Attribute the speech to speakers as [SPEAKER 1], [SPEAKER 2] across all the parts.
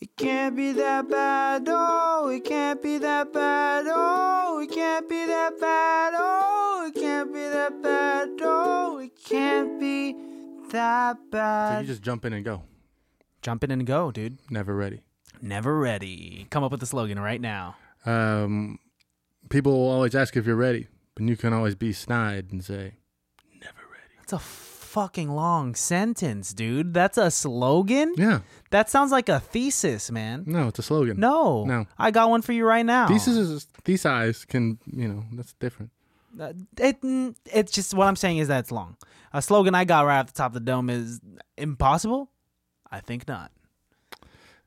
[SPEAKER 1] It can't be that bad, oh, it can't be that bad, oh, it can't be that bad, oh, it can't be that bad, oh, it can't be that
[SPEAKER 2] Uh,
[SPEAKER 3] So you
[SPEAKER 1] bad.
[SPEAKER 3] just jump in and go.
[SPEAKER 2] Jump in and go, dude.
[SPEAKER 3] Never ready.
[SPEAKER 2] Never ready. Come up with the slogan right now.
[SPEAKER 3] Um, people will always ask if you're ready, but you can always be snide and say, never ready.
[SPEAKER 2] That's a fucking long sentence, dude. That's a slogan?
[SPEAKER 3] Yeah.
[SPEAKER 2] That sounds like a thesis, man.
[SPEAKER 3] No, it's a slogan.
[SPEAKER 2] No.
[SPEAKER 3] No.
[SPEAKER 2] I got one for you right now.
[SPEAKER 3] Thesis is, thesis can, you know, that's different.
[SPEAKER 2] Uh, It, mm, it's just what I'm saying is that it's long. A slogan I got right off the top of the dome is impossible? I think not.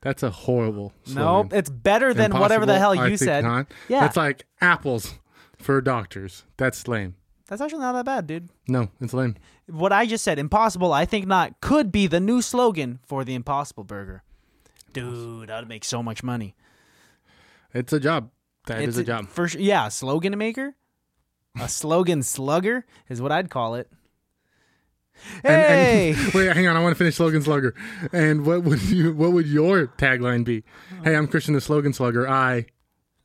[SPEAKER 3] That's a horrible
[SPEAKER 2] No,
[SPEAKER 3] slogan.
[SPEAKER 2] Nope. It's better than
[SPEAKER 3] Impossible,
[SPEAKER 2] whatever the hell
[SPEAKER 3] I
[SPEAKER 2] you
[SPEAKER 3] think
[SPEAKER 2] said.
[SPEAKER 3] not.
[SPEAKER 2] Yeah.
[SPEAKER 3] That's like apples for doctors. That's lame.
[SPEAKER 2] That's actually not that bad, dude.
[SPEAKER 3] No, it's lame.
[SPEAKER 2] What I just said, impossible, I think not, could be the new slogan for the impossible burger. Dude, that would make so much money.
[SPEAKER 3] It's a job. That is
[SPEAKER 2] It's
[SPEAKER 3] a job.
[SPEAKER 2] For sure. Yeah, a slogan maker. A slogan slugger is what I'd call it.
[SPEAKER 3] And-
[SPEAKER 2] Hey!
[SPEAKER 3] and- wait, hang on. I want to finish slogan slugger. And what would you? What would your tagline be?
[SPEAKER 2] Oh.
[SPEAKER 3] Hey, I'm Christian the slogan slugger. I.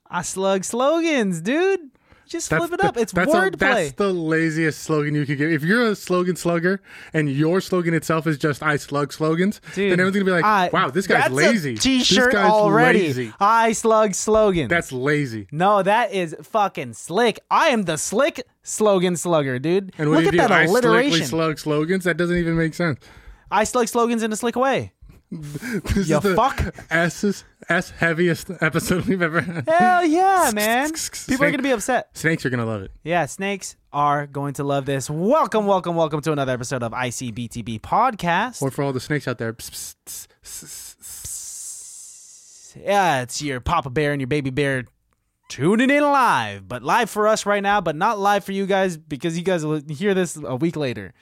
[SPEAKER 2] I slug slogans, dude. Just flip it
[SPEAKER 3] the-
[SPEAKER 2] up. It's
[SPEAKER 3] that's a-
[SPEAKER 2] wordplay.
[SPEAKER 3] that's the laziest slogan you could give. If you're a slogan slugger and your slogan itself is just "I slug slogans,"
[SPEAKER 2] Dude,
[SPEAKER 3] then everyone's gonna be like,
[SPEAKER 2] I-
[SPEAKER 3] "Wow, this guy's
[SPEAKER 2] that's a
[SPEAKER 3] lazy. This
[SPEAKER 2] t-shirt
[SPEAKER 3] guy's
[SPEAKER 2] already.
[SPEAKER 3] lazy.
[SPEAKER 2] I slug slogans.
[SPEAKER 3] That's lazy."
[SPEAKER 2] no, that is fucking slick. I am the slick slogan slugger, dude.
[SPEAKER 3] And what
[SPEAKER 2] Look
[SPEAKER 3] do you
[SPEAKER 2] at
[SPEAKER 3] do?
[SPEAKER 2] that
[SPEAKER 3] I
[SPEAKER 2] alliteration.
[SPEAKER 3] slickly slug slogans. That doesn't even make sense.
[SPEAKER 2] I slug slogans in a slick way.
[SPEAKER 3] This
[SPEAKER 2] You
[SPEAKER 3] is the
[SPEAKER 2] fuck.
[SPEAKER 3] S S heaviest episode we've ever had.
[SPEAKER 2] Hell yeah, man. People are gonna be upset.
[SPEAKER 3] Snakes are gonna love it.
[SPEAKER 2] Yeah, snakes are going to love this. Welcome, welcome, welcome to another episode of ICBTB Podcast.
[SPEAKER 3] Or for all the snakes out there, psst, psst, psst, psst.
[SPEAKER 2] yeah, it's your Papa Bear and your Baby Bear tuning in live, but live for us right now, but not live for you guys because you guys will hear this a week later.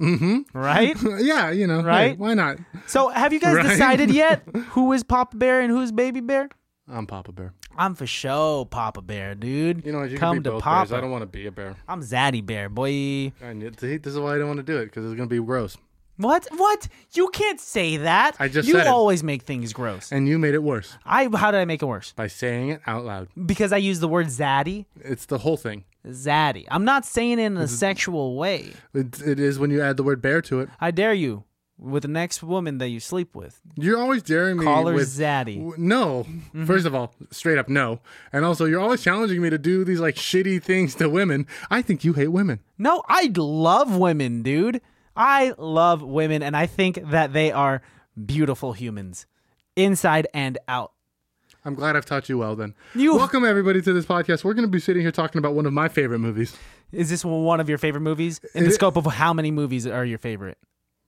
[SPEAKER 2] Mm-hmm. Right?
[SPEAKER 3] Uh, yeah, you know, hey,
[SPEAKER 2] Right?
[SPEAKER 3] why not?
[SPEAKER 2] So, have you guys
[SPEAKER 3] Right?
[SPEAKER 2] decided yet who is Papa Bear and who's Baby Bear?
[SPEAKER 3] I'm Papa Bear.
[SPEAKER 2] I'm for sure Papa Bear, dude.
[SPEAKER 3] You know, you
[SPEAKER 2] Come
[SPEAKER 3] can be
[SPEAKER 2] to
[SPEAKER 3] both
[SPEAKER 2] Papa.
[SPEAKER 3] bears. I don't want to be a bear.
[SPEAKER 2] I'm Zaddy Bear, boy.
[SPEAKER 3] I knew- see, this is why I don't want to do it because it's gonna be gross.
[SPEAKER 2] What? What? You can't say that.
[SPEAKER 3] I just
[SPEAKER 2] you
[SPEAKER 3] said it.
[SPEAKER 2] always make things gross.
[SPEAKER 3] And you made it worse
[SPEAKER 2] I how did I make it worse?
[SPEAKER 3] by saying it out loud.
[SPEAKER 2] Because I use the word zaddy,
[SPEAKER 3] It's the whole thing.
[SPEAKER 2] zaddy. I'm not saying it in a sexual way.
[SPEAKER 3] It, it is when you add the word bear to it.
[SPEAKER 2] I dare you with the next woman that you sleep with.
[SPEAKER 3] You're always daring me
[SPEAKER 2] Call her
[SPEAKER 3] with
[SPEAKER 2] zaddy.
[SPEAKER 3] W- No.
[SPEAKER 2] Mm-hmm.
[SPEAKER 3] First of all, straight up no. And also, you're always challenging me to do these like shitty things to women. I think you hate women.
[SPEAKER 2] No, I love women, dude. I love women and I think that they are beautiful humans inside and out.
[SPEAKER 3] I'm glad I've taught you well then.
[SPEAKER 2] You-
[SPEAKER 3] Welcome everybody to this podcast. We're going to be sitting here talking about one of my favorite movies.
[SPEAKER 2] Is this one of your favorite movies? In the
[SPEAKER 3] It-
[SPEAKER 2] scope of how many movies are your favorite?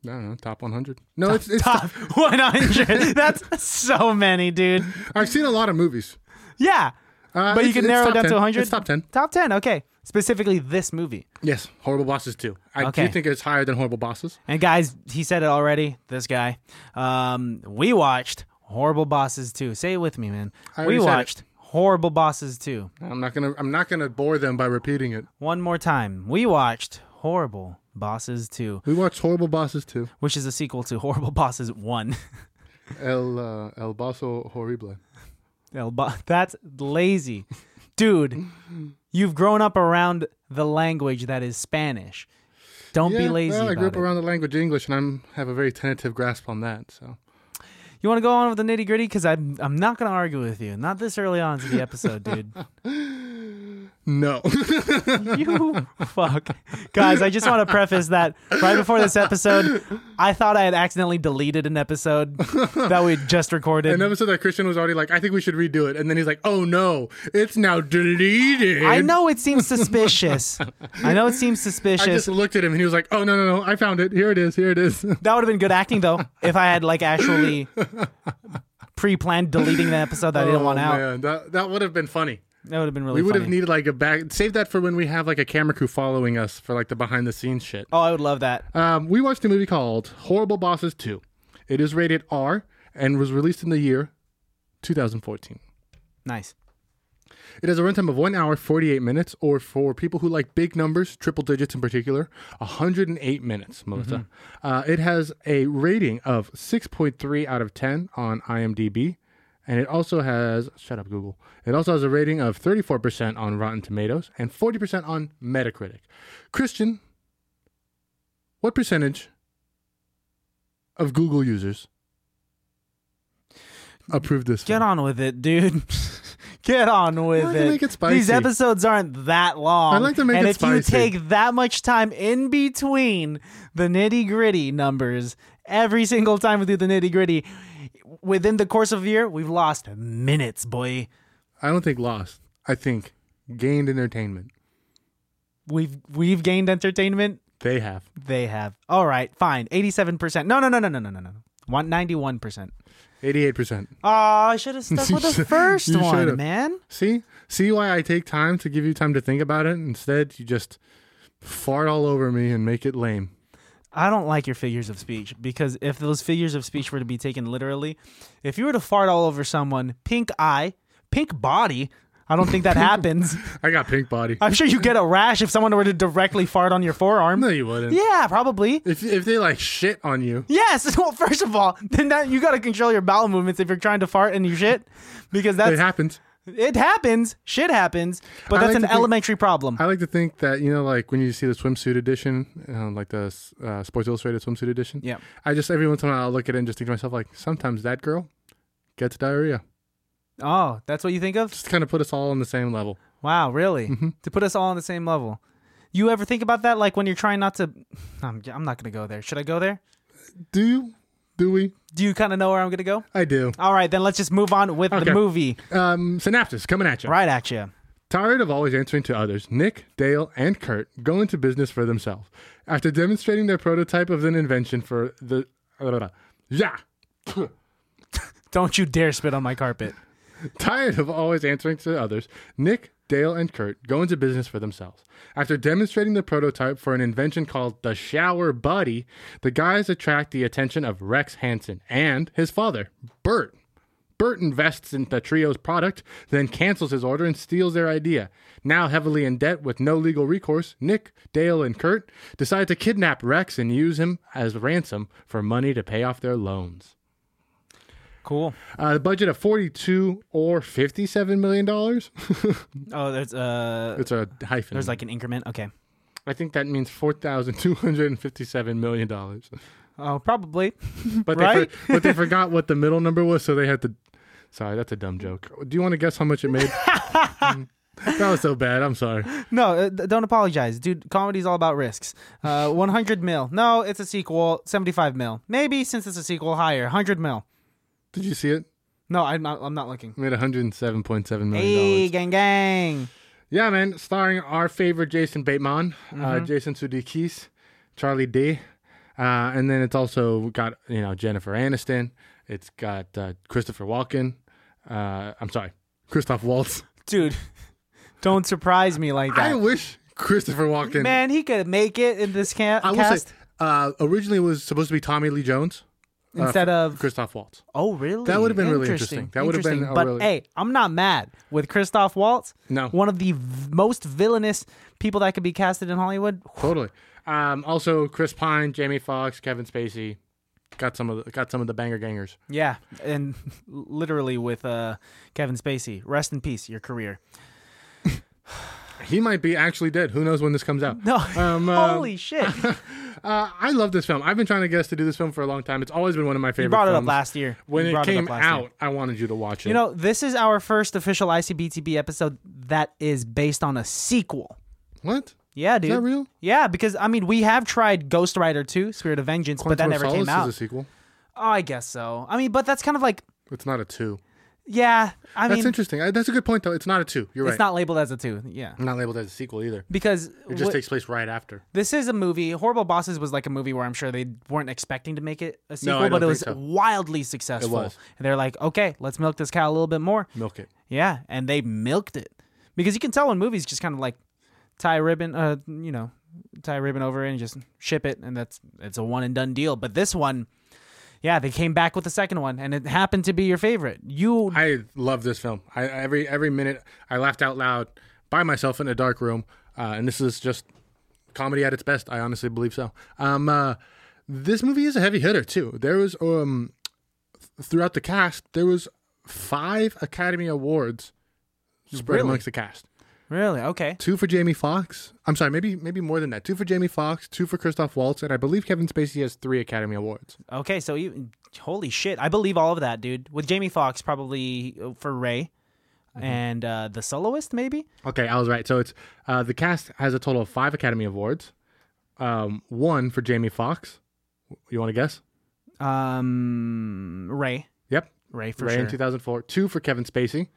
[SPEAKER 3] I don't know, top 100. No, it's, it's
[SPEAKER 2] Top 100. That's so many, dude.
[SPEAKER 3] I've seen a lot of movies.
[SPEAKER 2] Yeah.
[SPEAKER 3] Uh,
[SPEAKER 2] But you
[SPEAKER 3] it's-
[SPEAKER 2] can
[SPEAKER 3] it's
[SPEAKER 2] narrow it
[SPEAKER 3] top
[SPEAKER 2] down to
[SPEAKER 3] 10.
[SPEAKER 2] 100?
[SPEAKER 3] It's top 10.
[SPEAKER 2] Top 10, okay. Specifically this movie.
[SPEAKER 3] Yes, Horrible Bosses too. I
[SPEAKER 2] Okay.
[SPEAKER 3] do think it's higher than Horrible Bosses.
[SPEAKER 2] And guys, he said it already, this guy. Um, we watched Horrible Bosses 2. Say it with me, man.
[SPEAKER 3] I
[SPEAKER 2] we
[SPEAKER 3] already said it.
[SPEAKER 2] watched Horrible Bosses 2.
[SPEAKER 3] I'm not going to I'm not going to bore them by repeating it.
[SPEAKER 2] One more time. We watched Horrible Bosses 2,
[SPEAKER 3] We watched Horrible Bosses too.
[SPEAKER 2] which is a sequel to Horrible Bosses 1.
[SPEAKER 3] El uh, El Basso Horrible.
[SPEAKER 2] El Bo- That's lazy. Dude, you've grown up around the language that is Spanish. Don't be
[SPEAKER 3] Yeah,
[SPEAKER 2] lazy.
[SPEAKER 3] Well, I grew
[SPEAKER 2] about
[SPEAKER 3] up
[SPEAKER 2] it.
[SPEAKER 3] around the language English, and I'm have a very tentative grasp on that. So
[SPEAKER 2] You want to go on with the nitty gritty? Because I'm, I'm not going to argue with you. Not this early on to the episode, dude.
[SPEAKER 3] no,
[SPEAKER 2] You fuck. Guys, I just want to preface that right before this episode, I thought I had accidentally deleted an episode that we had just recorded.
[SPEAKER 3] an episode that Christian was already like, I think we should redo it, and then he's like, Oh no, it's now deleted.
[SPEAKER 2] I know it seems suspicious. I know it seems
[SPEAKER 3] I
[SPEAKER 2] suspicious.
[SPEAKER 3] just looked at him, and he was like, Oh no, no, no, I found it. Here it is. Here it is.
[SPEAKER 2] That would have been good acting though, if I had like actually pre-planned deleting the episode that I didn't want
[SPEAKER 3] oh,
[SPEAKER 2] out.
[SPEAKER 3] Man. That that would have been funny.
[SPEAKER 2] That would have been really
[SPEAKER 3] We would have
[SPEAKER 2] funny.
[SPEAKER 3] needed like a back. Save that for when we have like a camera crew following us for like the behind the scenes shit.
[SPEAKER 2] oh, I would love that.
[SPEAKER 3] Um, we watched a movie called Horrible Bosses 2. It is rated R and was released in the year 2014.
[SPEAKER 2] Nice.
[SPEAKER 3] It has a runtime of 1 hour 48 minutes, or for people who like big numbers, triple digits in particular, 108 minutes, Melissa. Uh, it has a rating of 6.3 out of 10 on IMDb. And it also has, shut up, Google. It also has a rating of 34% on Rotten Tomatoes and 40% on Metacritic. Christian, what percentage of Google users approved this?
[SPEAKER 2] Get
[SPEAKER 3] film?
[SPEAKER 2] on with it, dude. Get on with
[SPEAKER 3] I like to
[SPEAKER 2] it.
[SPEAKER 3] make it spicy.
[SPEAKER 2] These episodes aren't that long.
[SPEAKER 3] I like to make
[SPEAKER 2] and
[SPEAKER 3] it
[SPEAKER 2] if you
[SPEAKER 3] spicy.
[SPEAKER 2] take that much time in between the nitty gritty numbers, every single time we do the nitty gritty, within the course of a year, we've lost minutes, boy.
[SPEAKER 3] I don't think lost. I think gained entertainment.
[SPEAKER 2] We've we've gained entertainment.
[SPEAKER 3] They have.
[SPEAKER 2] They have. All right, fine. Eighty-seven percent. No, no, no, no, no, no, no, no. One ninety-one percent.
[SPEAKER 3] 88%.
[SPEAKER 2] Oh, I should have stuck with the
[SPEAKER 3] should-
[SPEAKER 2] first
[SPEAKER 3] you
[SPEAKER 2] one,
[SPEAKER 3] should've.
[SPEAKER 2] man.
[SPEAKER 3] See? See why I take time to give you time to think about it? Instead, you just fart all over me and make it lame.
[SPEAKER 2] I don't like your figures of speech because if those figures of speech were to be taken literally, if you were to fart all over someone, pink eye, pink body, I don't think that happens.
[SPEAKER 3] I got pink body.
[SPEAKER 2] I'm sure you get a rash if someone were to directly fart on your forearm.
[SPEAKER 3] no, you wouldn't.
[SPEAKER 2] Yeah, probably.
[SPEAKER 3] If, if they like shit on you,
[SPEAKER 2] Yes. Well, first of all, then that you got to control your bowel movements if you're trying to fart and you shit because
[SPEAKER 3] it
[SPEAKER 2] that's
[SPEAKER 3] happens.
[SPEAKER 2] it happens. Shit happens, but
[SPEAKER 3] I
[SPEAKER 2] that's
[SPEAKER 3] like
[SPEAKER 2] an
[SPEAKER 3] to think-
[SPEAKER 2] elementary problem.
[SPEAKER 3] I like to think that, you know, like when you see the swimsuit edition, uh, like the uh, Sports Illustrated swimsuit edition.
[SPEAKER 2] Yeah.
[SPEAKER 3] I just, every once in a while, I'll look at it and just think to myself, like, sometimes that girl gets diarrhea.
[SPEAKER 2] oh, that's what you think of?
[SPEAKER 3] Just kind of put us all on the same level.
[SPEAKER 2] Wow, really?
[SPEAKER 3] Mm-hmm.
[SPEAKER 2] To put us all on the same level. You ever think about that? Like when you're trying not to. I'm, I'm not going to go there. Should I go there?
[SPEAKER 3] Do you? Do we?
[SPEAKER 2] Do you kind of know where I'm going to go?
[SPEAKER 3] I do.
[SPEAKER 2] All right, then let's just move on with
[SPEAKER 3] Okay.
[SPEAKER 2] the movie.
[SPEAKER 3] Um, synapses coming at you.
[SPEAKER 2] Right at you.
[SPEAKER 3] Tired of always answering to others, Nick, Dale, and Kurt go into business for themselves. After demonstrating their prototype of an invention for the. Yeah!
[SPEAKER 2] Don't you dare spit on my carpet.
[SPEAKER 3] Tired of always answering to others, Nick, Dale, and Kurt go into business for themselves. After demonstrating the prototype for an invention called the Shower Buddy, the guys attract the attention of Rex Hansen and his father, Bert. Bert invests in the trio's product, then cancels his order and steals their idea. Now heavily in debt with no legal recourse, Nick, Dale, and Kurt decide to kidnap Rex and use him as ransom for money to pay off their loans.
[SPEAKER 2] Cool.
[SPEAKER 3] Uh, the budget of 42 or 57 million dollars.
[SPEAKER 2] Oh, there's uh,
[SPEAKER 3] it's a hyphen.
[SPEAKER 2] there's like an increment. Okay.
[SPEAKER 3] I think that means 4,257 million dollars.
[SPEAKER 2] Oh, probably.
[SPEAKER 3] But
[SPEAKER 2] Right?
[SPEAKER 3] they for- but they forgot what the middle number was, so they had to. Sorry, that's a dumb joke. Do you want to guess how much it made? Mm, that was so bad. I'm sorry.
[SPEAKER 2] No, uh, d- don't apologize, dude. Comedy's all about risks. Uh, 100 mil. No, it's a sequel. 75 mil. Maybe since it's a sequel, higher. 100 mil.
[SPEAKER 3] Did you see it?
[SPEAKER 2] No, I'm not. I'm not looking.
[SPEAKER 3] It made 107.7 million dollars.
[SPEAKER 2] Hey, gang, gang.
[SPEAKER 3] Yeah, man. Starring our favorite Jason Bateman, uh,
[SPEAKER 2] Mm-hmm.
[SPEAKER 3] Jason Sudeikis, Charlie Day, uh, and then it's also got you know Jennifer Aniston. It's got uh, Christopher Walken. Uh, I'm sorry, Christoph Waltz.
[SPEAKER 2] dude don't surprise me like
[SPEAKER 3] I
[SPEAKER 2] that
[SPEAKER 3] wish Christopher Walken.
[SPEAKER 2] man he could make it in this ca-
[SPEAKER 3] I will
[SPEAKER 2] cast
[SPEAKER 3] say, uh, originally it was supposed to be Tommy Lee Jones,
[SPEAKER 2] instead of
[SPEAKER 3] Christoph Waltz.
[SPEAKER 2] oh really
[SPEAKER 3] uh, That would've been really interesting. That would've been
[SPEAKER 2] Interesting.
[SPEAKER 3] a
[SPEAKER 2] but
[SPEAKER 3] really-
[SPEAKER 2] hey i'm not mad with christoph waltz
[SPEAKER 3] No.
[SPEAKER 2] one of the v- most villainous people that could be casted in hollywood
[SPEAKER 3] Totally. Um, also, Chris Pine, Jamie Foxx, Kevin Spacey. Got some of the, got some of the banger gangers.
[SPEAKER 2] yeah and literally with uh kevin spacey rest in peace your career
[SPEAKER 3] He might be actually dead. Who knows when this comes out?
[SPEAKER 2] no
[SPEAKER 3] Um, uh,
[SPEAKER 2] holy shit
[SPEAKER 3] Uh, I love this film. I've been trying to guess to do this film for a long time. It's always been one of my favorite.
[SPEAKER 2] you brought it up
[SPEAKER 3] films.
[SPEAKER 2] last year
[SPEAKER 3] When
[SPEAKER 2] You
[SPEAKER 3] it
[SPEAKER 2] brought up
[SPEAKER 3] came
[SPEAKER 2] last year.
[SPEAKER 3] out, I wanted you to watch it.
[SPEAKER 2] you know this is our first official icbtb episode that is based on a sequel
[SPEAKER 3] what?
[SPEAKER 2] yeah dude
[SPEAKER 3] Is that real?
[SPEAKER 2] Yeah, because I mean, we have tried Ghost Rider 2, Spirit of Vengeance, but that
[SPEAKER 3] Quantum of
[SPEAKER 2] never
[SPEAKER 3] Solace
[SPEAKER 2] came out.
[SPEAKER 3] Is a sequel.
[SPEAKER 2] Oh, I guess so. I mean, but that's kind of like,
[SPEAKER 3] It's not a two.
[SPEAKER 2] yeah. I
[SPEAKER 3] That's
[SPEAKER 2] mean, it's
[SPEAKER 3] interesting. I, that's a good point, though. It's not a two. You're right.
[SPEAKER 2] not labeled as a two. Yeah,
[SPEAKER 3] not labeled as a sequel either.
[SPEAKER 2] because
[SPEAKER 3] It just
[SPEAKER 2] wh-
[SPEAKER 3] takes place right after.
[SPEAKER 2] this is a movie. Horrible Bosses was like a movie where I'm sure they weren't expecting to make it a sequel,
[SPEAKER 3] I
[SPEAKER 2] but
[SPEAKER 3] don't
[SPEAKER 2] it was
[SPEAKER 3] think so.
[SPEAKER 2] wildly successful.
[SPEAKER 3] was.
[SPEAKER 2] And they're like, okay, let's milk this cow a little bit more.
[SPEAKER 3] Milk it.
[SPEAKER 2] Yeah, and they milked it because you can tell when movies just kind of like tie a ribbon, uh, you know, tie a ribbon over it and just ship it, and that's it's a one and done deal. But this one, Yeah, they came back with the second one, and it happened to be your favorite. You
[SPEAKER 3] I love this film. I every every minute I laughed out loud by myself in a dark room, uh, and this is just comedy at its best. I honestly believe so. Um, uh, this movie is a heavy hitter too. There was um, th- throughout the cast there was five Academy Awards spread
[SPEAKER 2] Really?
[SPEAKER 3] amongst the cast.
[SPEAKER 2] really okay?
[SPEAKER 3] Two for Jamie Foxx. I'm sorry, maybe maybe more than that. Two for Jamie Foxx, two for Christoph Waltz, and I believe Kevin Spacey has three Academy Awards.
[SPEAKER 2] Okay, so you, holy shit, I believe all of that, dude. With Jamie Foxx probably uh, for Ray,
[SPEAKER 3] Mm-hmm.
[SPEAKER 2] and uh, the soloist maybe.
[SPEAKER 3] Okay, I was right. So it's uh, the cast has a total of five Academy Awards. Um, one for Jamie Foxx. You want to guess?
[SPEAKER 2] Um, Ray,
[SPEAKER 3] Yep.
[SPEAKER 2] Ray for
[SPEAKER 3] Ray
[SPEAKER 2] sure.
[SPEAKER 3] in 2004. Two for Kevin Spacey.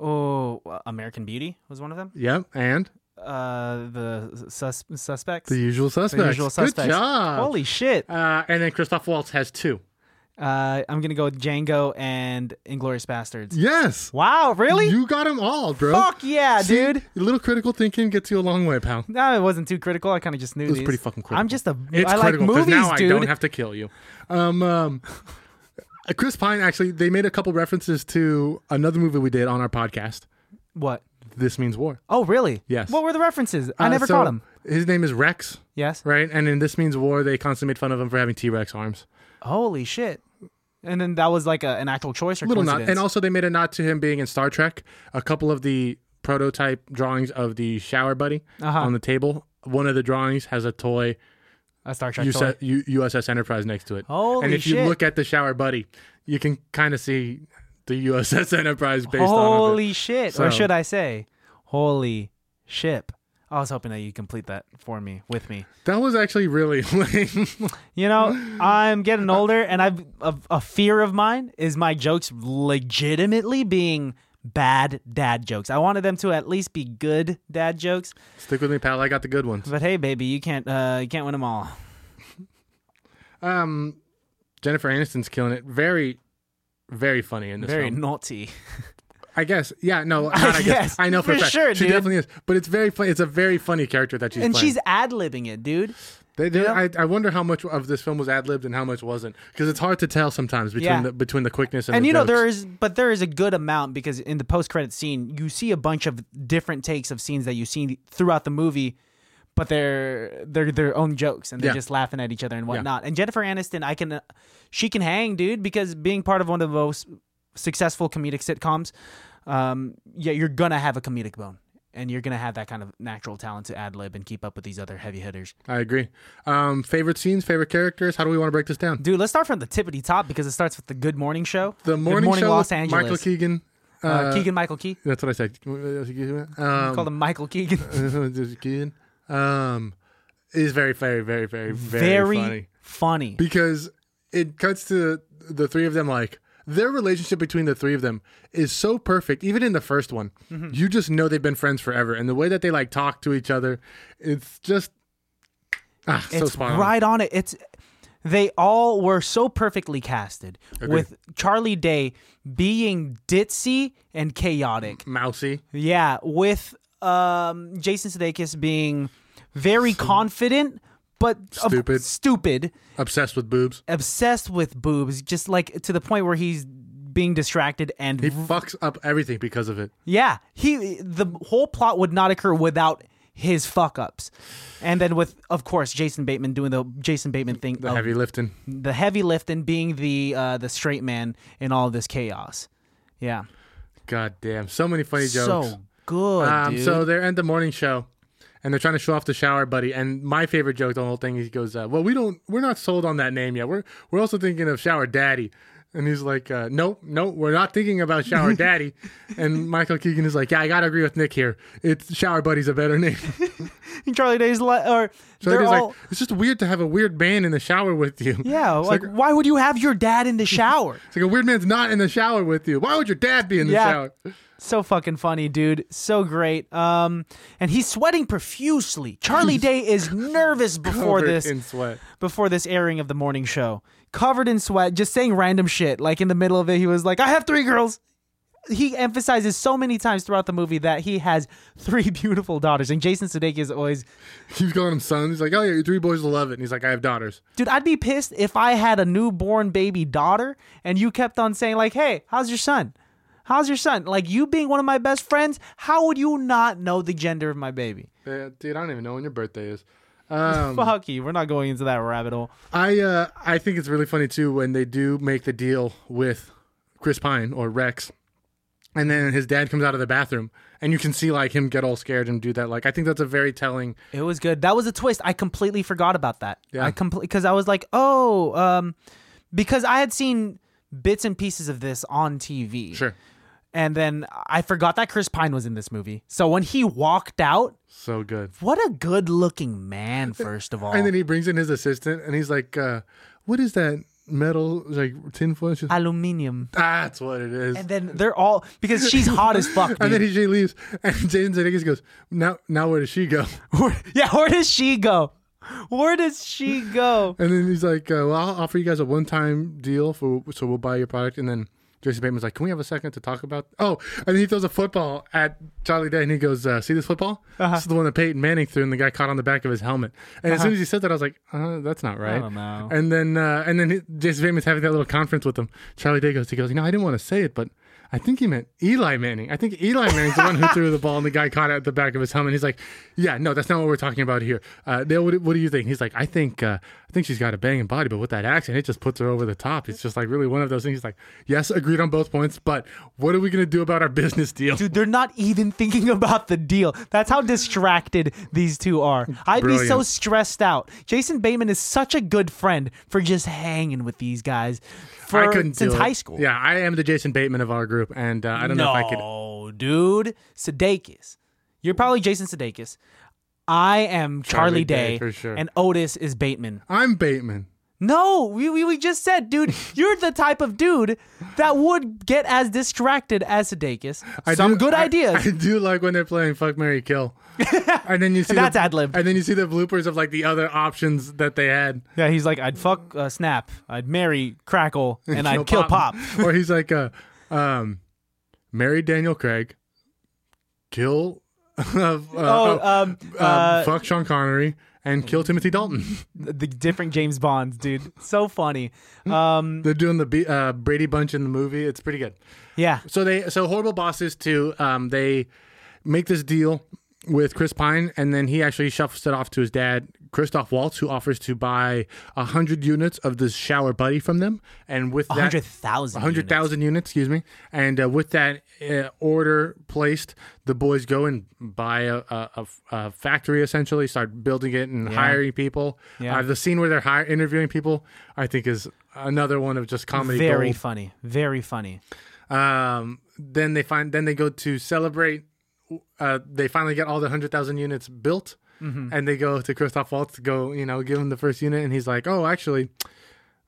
[SPEAKER 2] oh, uh, American Beauty was one of them.
[SPEAKER 3] Yep. And
[SPEAKER 2] Uh, the sus- suspects.
[SPEAKER 3] The Usual Suspects.
[SPEAKER 2] usual suspects.
[SPEAKER 3] Good job.
[SPEAKER 2] Holy shit.
[SPEAKER 3] uh, and then Christoph Waltz has two.
[SPEAKER 2] Uh, I'm gonna go with Django and Inglorious Bastards.
[SPEAKER 3] Yes.
[SPEAKER 2] Wow, really?
[SPEAKER 3] You got them all, bro.
[SPEAKER 2] Fuck yeah,
[SPEAKER 3] See,
[SPEAKER 2] dude.
[SPEAKER 3] A little critical thinking gets you a long way, pal.
[SPEAKER 2] No, it wasn't too critical. I kind of just knew. It
[SPEAKER 3] was pretty fucking critical.
[SPEAKER 2] I'm just a.
[SPEAKER 3] It's
[SPEAKER 2] I
[SPEAKER 3] critical
[SPEAKER 2] like
[SPEAKER 3] 'cause
[SPEAKER 2] movies,
[SPEAKER 3] now
[SPEAKER 2] dude.
[SPEAKER 3] I don't have to kill you. Um, um, uh, Chris Pine actually they made a couple references to another movie we did on our podcast.
[SPEAKER 2] what?
[SPEAKER 3] This means war.
[SPEAKER 2] Oh, really?
[SPEAKER 3] Yes.
[SPEAKER 2] What were the references? I
[SPEAKER 3] Uh,
[SPEAKER 2] never
[SPEAKER 3] so
[SPEAKER 2] caught them.
[SPEAKER 3] His name is Rex,
[SPEAKER 2] Yes.
[SPEAKER 3] right? And in This Means War, they constantly made fun of him for having T Rex arms.
[SPEAKER 2] Holy shit. And then that was like a, an actual choice or
[SPEAKER 3] Little nod.
[SPEAKER 2] coincidence.
[SPEAKER 3] And also, they made a nod to him being in Star Trek. A couple of the prototype drawings of the shower buddy
[SPEAKER 2] Uh-huh.
[SPEAKER 3] on the table. One of the drawings has a toy
[SPEAKER 2] a Star Trek
[SPEAKER 3] US-
[SPEAKER 2] toy.
[SPEAKER 3] U- USS Enterprise next to it.
[SPEAKER 2] Holy
[SPEAKER 3] and if you
[SPEAKER 2] shit.
[SPEAKER 3] look at the shower buddy, you can kind of see the USS Enterprise based on it.
[SPEAKER 2] Holy shit. Or
[SPEAKER 3] So-
[SPEAKER 2] should I say, holy ship. I was hoping that you complete that for me, with me.
[SPEAKER 3] That was actually really lame.
[SPEAKER 2] You know, I'm getting older, and I've a, a fear of mine is my jokes legitimately being bad dad jokes. I wanted them to at least be good dad jokes,
[SPEAKER 3] Stick with me, pal. I got the good ones.
[SPEAKER 2] but hey, baby, you can't uh, you can't win them all.
[SPEAKER 3] Um, Jennifer Aniston's killing it. Very, very funny in this
[SPEAKER 2] Very
[SPEAKER 3] film.
[SPEAKER 2] naughty.
[SPEAKER 3] I guess. Yeah. No. Not I guess.
[SPEAKER 2] Yes,
[SPEAKER 3] I know for,
[SPEAKER 2] for
[SPEAKER 3] a fact.
[SPEAKER 2] sure,
[SPEAKER 3] she
[SPEAKER 2] dude.
[SPEAKER 3] definitely is. But it's very. Fun- it's a very funny character that she's
[SPEAKER 2] and
[SPEAKER 3] playing.
[SPEAKER 2] she's ad libbing it, dude.
[SPEAKER 3] They, they,
[SPEAKER 2] know?
[SPEAKER 3] I, I wonder how much of this film was ad libbed and how much wasn't, because it's hard to tell sometimes between
[SPEAKER 2] Yeah.
[SPEAKER 3] the between the quickness and,
[SPEAKER 2] And
[SPEAKER 3] the
[SPEAKER 2] you know
[SPEAKER 3] jokes.
[SPEAKER 2] there is, but there is a good amount because in the post credit scene you see a bunch of different takes of scenes that you see throughout the movie, but they're they're their own jokes and they're
[SPEAKER 3] Yeah.
[SPEAKER 2] just laughing at each other and whatnot. And Jennifer Aniston, I can, she can hang, dude, because being part of one of the most successful comedic sitcoms, um, yeah, you're gonna have a comedic bone. And you're gonna have that kind of natural talent to ad lib and keep up with these other heavy hitters,
[SPEAKER 3] I agree. Um, favorite scenes, favorite characters. How do we want to break this down?
[SPEAKER 2] dude. Let's start from the tippity top because it starts with the Good Morning Show,
[SPEAKER 3] The morning,
[SPEAKER 2] Good Morning
[SPEAKER 3] show,
[SPEAKER 2] Los
[SPEAKER 3] with
[SPEAKER 2] Angeles,
[SPEAKER 3] Michael Keegan. Uh,
[SPEAKER 2] Keegan Michael Key.
[SPEAKER 3] that's what I said. Um,
[SPEAKER 2] Call him Michael Keegan.
[SPEAKER 3] Keegan. Um, is very, very, very, very, very,
[SPEAKER 2] Very
[SPEAKER 3] funny
[SPEAKER 2] funny.
[SPEAKER 3] because it cuts to the three of them like. Their relationship between the three of them is so perfect. Even in the first one,
[SPEAKER 2] Mm-hmm.
[SPEAKER 3] you just know they've been friends forever, and the way that they like talk to each other, it's just ah, so
[SPEAKER 2] It's
[SPEAKER 3] spot on.
[SPEAKER 2] right on it. It's they all were so perfectly casted with Charlie Day being ditzy and chaotic.
[SPEAKER 3] Mousy.
[SPEAKER 2] Yeah, with um, Jason Sudeikis being very confident but of-
[SPEAKER 3] Stupid.
[SPEAKER 2] stupid,
[SPEAKER 3] obsessed with boobs.
[SPEAKER 2] obsessed with boobs, just like to the point where he's being distracted and
[SPEAKER 3] He fucks up everything because of it.
[SPEAKER 2] Yeah, he the whole plot would not occur without his fuck ups, and then with of course Jason Bateman doing the Jason Bateman thing,
[SPEAKER 3] The
[SPEAKER 2] of
[SPEAKER 3] heavy lifting.
[SPEAKER 2] the heavy lift and being the uh, the straight man in all this chaos. Yeah,
[SPEAKER 3] God damn. So many funny jokes.
[SPEAKER 2] so good,
[SPEAKER 3] um,
[SPEAKER 2] dude.
[SPEAKER 3] so they're at the morning show and they're trying to show off the shower buddy. And my favorite joke, the whole thing, he goes, uh, well, we don't, we're not sold on that name yet. We're, we're also thinking of shower daddy. And he's like, uh, no, no, we're not thinking about shower daddy. and Michael Keegan is like, yeah, I got to agree with Nick here. It's shower buddy's a better name.
[SPEAKER 2] Charlie Day's li- or
[SPEAKER 3] So
[SPEAKER 2] they're
[SPEAKER 3] he's
[SPEAKER 2] all
[SPEAKER 3] like, it's just weird to have a weird man in the shower with you.
[SPEAKER 2] yeah.
[SPEAKER 3] It's
[SPEAKER 2] Like,
[SPEAKER 3] like,
[SPEAKER 2] why would you have your dad in the shower?
[SPEAKER 3] it's like a weird man's not in the shower with you. Why would your dad be in the
[SPEAKER 2] Yeah.
[SPEAKER 3] shower?
[SPEAKER 2] so fucking funny, dude. So great. Um, and he's sweating profusely. Charlie Day is nervous before
[SPEAKER 3] Covered
[SPEAKER 2] this.
[SPEAKER 3] in sweat.
[SPEAKER 2] before this airing of the morning show, covered in sweat, just saying random shit. Like in the middle of it, he was like, "I have three girls." he emphasizes so many times throughout the movie that he has three beautiful daughters, and Jason Sudeikis is always,
[SPEAKER 3] He's calling him son. He's like, oh yeah, your three boys will love it. And he's like, I have daughters.
[SPEAKER 2] dude, I'd be pissed if I had a newborn baby daughter and you kept on saying like, hey, how's your son? How's your son? Like you being one of my best friends, how would you not know the gender of my baby?
[SPEAKER 3] Yeah, dude, I don't even know when your birthday is. Um,
[SPEAKER 2] Fuck you. We're not going into that rabbit hole.
[SPEAKER 3] I uh, I think it's really funny too when they do make the deal with Chris Pine or Rex, and then his dad comes out of the bathroom, and you can see like him get all scared and do that. Like I think that's a very telling.
[SPEAKER 2] It was good. That was a twist. I completely forgot about that.
[SPEAKER 3] Yeah.
[SPEAKER 2] I completely because I was like, oh, um, because I had seen bits and pieces of this on TV.
[SPEAKER 3] Sure.
[SPEAKER 2] And then I forgot that Chris Pine was in this movie. So when he walked out,
[SPEAKER 3] So good.
[SPEAKER 2] what a good looking man, first of all.
[SPEAKER 3] And then he brings in his assistant, and he's like, uh, "What is that metal like tinfoil?" She's,
[SPEAKER 2] Aluminium.
[SPEAKER 3] That's what it is.
[SPEAKER 2] And
[SPEAKER 3] And,
[SPEAKER 2] then they're all because she's hot as fuck, dude.
[SPEAKER 3] then he she leaves, and Jason Sudeikis goes, "Now, now where does she go?"
[SPEAKER 2] yeah, where does she go? Where does she go?
[SPEAKER 3] And then he's like, uh, "Well, I'll offer you guys a one-time deal for so we'll buy your product." And then Jason Bateman's like, "Can we have a second to talk about?" Oh, and then he throws a football at Charlie Day, and he goes, uh, "See this football?
[SPEAKER 2] Uh-huh.
[SPEAKER 3] This is the one that Peyton Manning threw, and the guy caught on the back of his helmet." And as soon as he said that, I was like, uh, "That's not right."
[SPEAKER 2] don't know.
[SPEAKER 3] And then uh, and then he, Jason Bateman's having that little conference with him. Charlie Day goes, "He goes, you know, I didn't want to say it, but." I think he meant Eli Manning. I think Eli Manning's the one who threw the ball, and the guy caught it at the back of his helmet. He's like, "Yeah, no, that's not what we're talking about here." Uh, Dale, what, do- what do you think? He's like, "I think, uh, I think she's got a banging body, but with that accent, it just puts her over the top. It's just like really one of those things." He's like, "Yes, agreed on both points, but what are we gonna do about our business deal?"
[SPEAKER 2] Dude, they're not even thinking about the deal. That's how distracted these two are. I'd be so
[SPEAKER 3] Brilliant.
[SPEAKER 2] stressed out. Jason Bateman is such a good friend for just hanging with these guys for,
[SPEAKER 3] I couldn't do
[SPEAKER 2] since
[SPEAKER 3] it.
[SPEAKER 2] high school.
[SPEAKER 3] Yeah, I am the Jason Bateman of our group, and uh, I don't know if I could.
[SPEAKER 2] no, dude. Sudeikis. You're probably Jason Sudeikis. I am Charlie,
[SPEAKER 3] Charlie Day,
[SPEAKER 2] Day,
[SPEAKER 3] for sure.
[SPEAKER 2] and Otis is Bateman.
[SPEAKER 3] I'm Bateman.
[SPEAKER 2] No, we, we, we just said, dude, you're the type of dude that would get as distracted as Sudeikis.
[SPEAKER 3] I
[SPEAKER 2] Some
[SPEAKER 3] do-
[SPEAKER 2] good
[SPEAKER 3] I-
[SPEAKER 2] ideas.
[SPEAKER 3] I do like when they're playing "Fuck Mary Kill," and then you see
[SPEAKER 2] That's
[SPEAKER 3] the,
[SPEAKER 2] ad-libbed.
[SPEAKER 3] and then you see the bloopers of like the other options that they had.
[SPEAKER 2] Yeah, he's like, I'd fuck uh, Snap, I'd marry Crackle, and I'd kill Pop.
[SPEAKER 3] or he's like, uh, um, marry Daniel Craig, kill, uh, uh,
[SPEAKER 2] Oh,
[SPEAKER 3] uh,
[SPEAKER 2] um,
[SPEAKER 3] uh,
[SPEAKER 2] uh,
[SPEAKER 3] fuck Sean Connery, and kill Timothy Dalton.
[SPEAKER 2] the different James Bonds, dude. So funny. Um,
[SPEAKER 3] they're doing the B- uh, Brady Bunch in the movie. It's pretty good.
[SPEAKER 2] yeah.
[SPEAKER 3] So they so horrible bosses too. Um, they make this deal with Chris Pine, and then he actually shuffles it off to his dad, Christoph Waltz, who offers to buy a hundred units of this shower buddy from them, and with that.
[SPEAKER 2] 100,000.
[SPEAKER 3] 100,000 units, excuse me. And uh, with that uh, order placed, the boys go and buy a, a- a f- a factory essentially, start building it and hiring people.
[SPEAKER 2] Yeah.
[SPEAKER 3] Uh, the scene where they're hire- interviewing people, I think, is another one of just comedy.
[SPEAKER 2] Very
[SPEAKER 3] gold.
[SPEAKER 2] funny. Very funny.
[SPEAKER 3] Um, then they find then they go to celebrate. Uh, they finally get all the hundred thousand units built, and they go to Christoph Waltz to go, you know, give him the first unit, and he's like, "Oh, actually,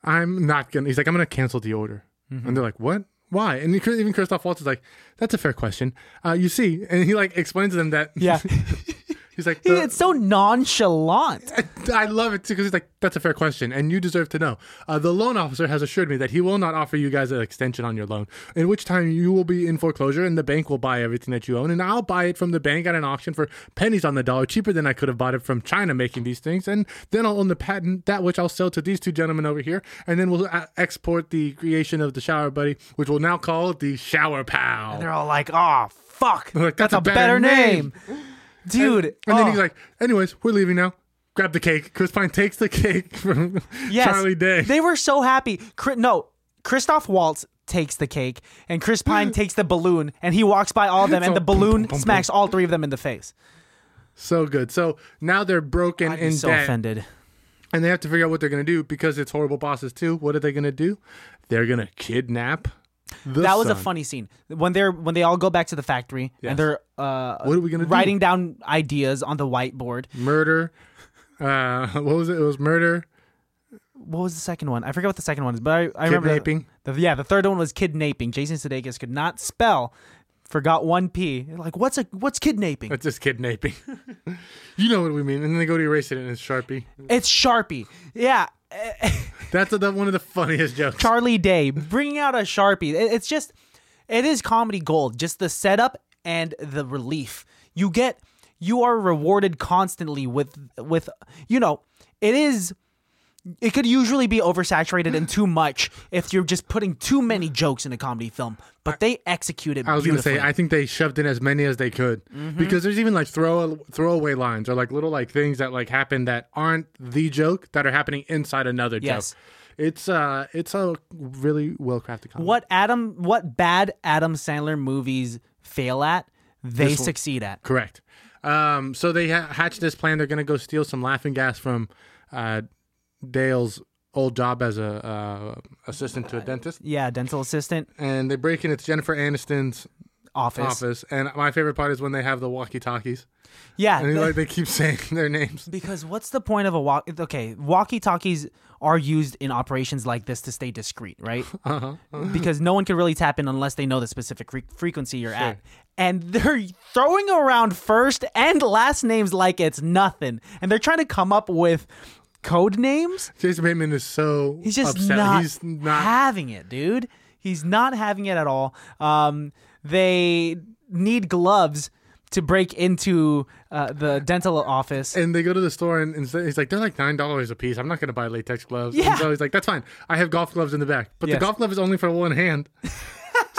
[SPEAKER 3] I'm not gonna." He's like, "I'm gonna cancel the order," and they're like, "What?" Why? And you could- even Christoph Waltz is like, "That's a fair question." Uh, you see, and he like explains to them that.
[SPEAKER 2] Yeah.
[SPEAKER 3] he's like, "The-
[SPEAKER 2] it's so nonchalant.
[SPEAKER 3] I love it too because he's like, that's a fair question, and you deserve to know. Uh, the loan officer has assured me that he will not offer you guys an extension on your loan, in which time you will be in foreclosure, and the bank will buy everything that you own, and I'll buy it from the bank at an auction for pennies on the dollar, cheaper than I could have bought it from China making these things, and then I'll own the patent, that which I'll sell to these two gentlemen over here, and then we'll uh, export the creation of the shower buddy, which we'll now call the Shower Pal.
[SPEAKER 2] They're all like, oh, fuck.
[SPEAKER 3] like, that's a better
[SPEAKER 2] name.
[SPEAKER 3] name."
[SPEAKER 2] Dude.
[SPEAKER 3] And
[SPEAKER 2] oh.
[SPEAKER 3] then he's like, anyways, we're leaving now. Grab the cake. Chris Pine takes the cake from
[SPEAKER 2] Yes.
[SPEAKER 3] Charlie Day.
[SPEAKER 2] They were so happy. Chri- no, Christoph Waltz takes the cake, and Chris Pine takes the balloon, and he walks by all of them, and
[SPEAKER 3] all
[SPEAKER 2] the
[SPEAKER 3] boom,
[SPEAKER 2] balloon
[SPEAKER 3] boom, boom,
[SPEAKER 2] smacks all three of them in the face.
[SPEAKER 3] So good. So now they're broken
[SPEAKER 2] I'd be
[SPEAKER 3] in
[SPEAKER 2] so
[SPEAKER 3] debt,
[SPEAKER 2] offended.
[SPEAKER 3] and they have to figure out what they're going to do because it's horrible bosses too. What are they going to do? They're going to kidnap. The
[SPEAKER 2] That was a
[SPEAKER 3] son.
[SPEAKER 2] funny scene when they're when they all go back to the factory
[SPEAKER 3] Yes.
[SPEAKER 2] and they're uh,
[SPEAKER 3] What are we gonna do?
[SPEAKER 2] writing down ideas on the whiteboard.
[SPEAKER 3] murder. Uh, what was it? It was murder.
[SPEAKER 2] What was the second one? I forget what the second one is, but I, I remember
[SPEAKER 3] Kidnapping.
[SPEAKER 2] The, yeah, the third one was kidnapping. Jason Sudeikis could not spell, forgot one p. Like what's a what's kidnapping?
[SPEAKER 3] That's just kidnapping. you know what we mean. And then they go to erase it, and it's Sharpie.
[SPEAKER 2] It's Sharpie. Yeah,
[SPEAKER 3] That's a, that one of the funniest jokes.
[SPEAKER 2] Charlie Day bringing out a sharpie. It- It's just It is comedy gold. Just the setup and the relief you get. You are rewarded constantly with with you know. It is. It could usually be oversaturated and too much if you're just putting too many jokes in a comedy film, but they execute it.
[SPEAKER 3] I was
[SPEAKER 2] going
[SPEAKER 3] gonna
[SPEAKER 2] to
[SPEAKER 3] say, I think they shoved in as many as they could
[SPEAKER 2] Mm-hmm.
[SPEAKER 3] because there's even like throw throwaway lines or like little like things that like happen that aren't the joke that are happening inside another
[SPEAKER 2] Yes.
[SPEAKER 3] joke. It's uh, it's a really well crafted comedy.
[SPEAKER 2] what Adam, what bad Adam Sandler movies fail at, they succeed at.
[SPEAKER 3] Correct. Um, so they ha- hatch this plan. They're gonna go steal some laughing gas from uh, Dale's old job as a uh, assistant to a dentist,
[SPEAKER 2] Yeah, dental assistant
[SPEAKER 3] and they break in. It's Jennifer Aniston's
[SPEAKER 2] office.
[SPEAKER 3] office, and my favorite part is when they have the walkie talkies,
[SPEAKER 2] Yeah,
[SPEAKER 3] and like they keep saying their names.
[SPEAKER 2] Because what's the point of a walk? Okay, walkie talkies are used in operations like this to stay discreet, right?
[SPEAKER 3] Uh-huh.
[SPEAKER 2] Because no one can really tap in unless they know the specific fre- frequency you're at. And they're throwing around first and last names like it's nothing. And they're trying to come up with code names.
[SPEAKER 3] Jason Bateman is so
[SPEAKER 2] He's just
[SPEAKER 3] upset.
[SPEAKER 2] not,
[SPEAKER 3] He's not.
[SPEAKER 2] having it, dude. He's not having it at all. Um, they need gloves to break into uh, the dental office.
[SPEAKER 3] and they go to the store and, and say- he's like, they're like nine dollars a piece. I'm not gonna buy latex gloves.
[SPEAKER 2] Yeah.
[SPEAKER 3] And so he's like, that's fine. I have golf gloves in the back, but
[SPEAKER 2] Yes.
[SPEAKER 3] the golf glove is only for one hand.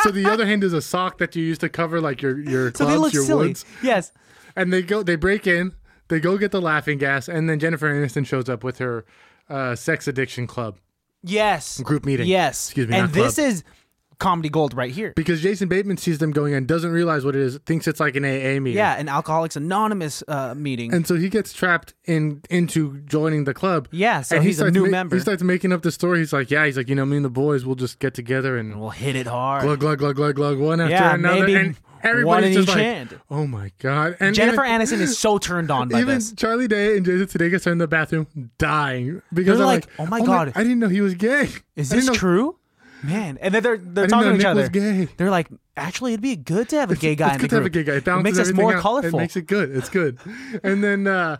[SPEAKER 3] so the other hand is a sock that you use to cover like your your
[SPEAKER 2] So
[SPEAKER 3] gloves,
[SPEAKER 2] they look
[SPEAKER 3] your
[SPEAKER 2] silly.
[SPEAKER 3] woods.
[SPEAKER 2] Yes.
[SPEAKER 3] And they go, they break in, they go get the laughing gas, and then Jennifer Aniston shows up with her uh, sex addiction club
[SPEAKER 2] Yes.
[SPEAKER 3] group meeting.
[SPEAKER 2] Yes.
[SPEAKER 3] excuse me.
[SPEAKER 2] And
[SPEAKER 3] not club.
[SPEAKER 2] this is comedy gold right here.
[SPEAKER 3] because Jason Bateman sees them going and doesn't realize what it is, thinks it's like an AA meeting.
[SPEAKER 2] Yeah, an Alcoholics Anonymous uh, meeting.
[SPEAKER 3] and so he gets trapped in into joining the club.
[SPEAKER 2] Yeah, so
[SPEAKER 3] and he
[SPEAKER 2] he's a
[SPEAKER 3] starts
[SPEAKER 2] new
[SPEAKER 3] ma-
[SPEAKER 2] member.
[SPEAKER 3] He starts making up the story. He's like, yeah, he's like, you know, me and the boys, we'll just get together and
[SPEAKER 2] we'll hit it hard.
[SPEAKER 3] glug glug glug glug glug one after
[SPEAKER 2] Yeah,
[SPEAKER 3] another.
[SPEAKER 2] maybe
[SPEAKER 3] and
[SPEAKER 2] one in
[SPEAKER 3] everybody's
[SPEAKER 2] each
[SPEAKER 3] just like,
[SPEAKER 2] hand.
[SPEAKER 3] oh my god. And
[SPEAKER 2] Jennifer
[SPEAKER 3] even,
[SPEAKER 2] Aniston is so turned on by
[SPEAKER 3] even
[SPEAKER 2] this.
[SPEAKER 3] Charlie Day and Jason Sudeikis are in the bathroom dying because
[SPEAKER 2] They're
[SPEAKER 3] I'm
[SPEAKER 2] like, "Oh my God."
[SPEAKER 3] I didn't know he was gay.
[SPEAKER 2] Is
[SPEAKER 3] I didn't
[SPEAKER 2] this
[SPEAKER 3] know-
[SPEAKER 2] true? Man, and then they're they're
[SPEAKER 3] I didn't
[SPEAKER 2] talking
[SPEAKER 3] know
[SPEAKER 2] to each
[SPEAKER 3] Nick
[SPEAKER 2] other.
[SPEAKER 3] was gay.
[SPEAKER 2] They're like, actually, it'd be good to have a gay guy
[SPEAKER 3] It's
[SPEAKER 2] in the
[SPEAKER 3] good to have a
[SPEAKER 2] group.
[SPEAKER 3] gay guy. It,
[SPEAKER 2] It
[SPEAKER 3] balances
[SPEAKER 2] makes us
[SPEAKER 3] everything
[SPEAKER 2] more
[SPEAKER 3] out.
[SPEAKER 2] colorful.
[SPEAKER 3] It makes it good. It's good. and then uh,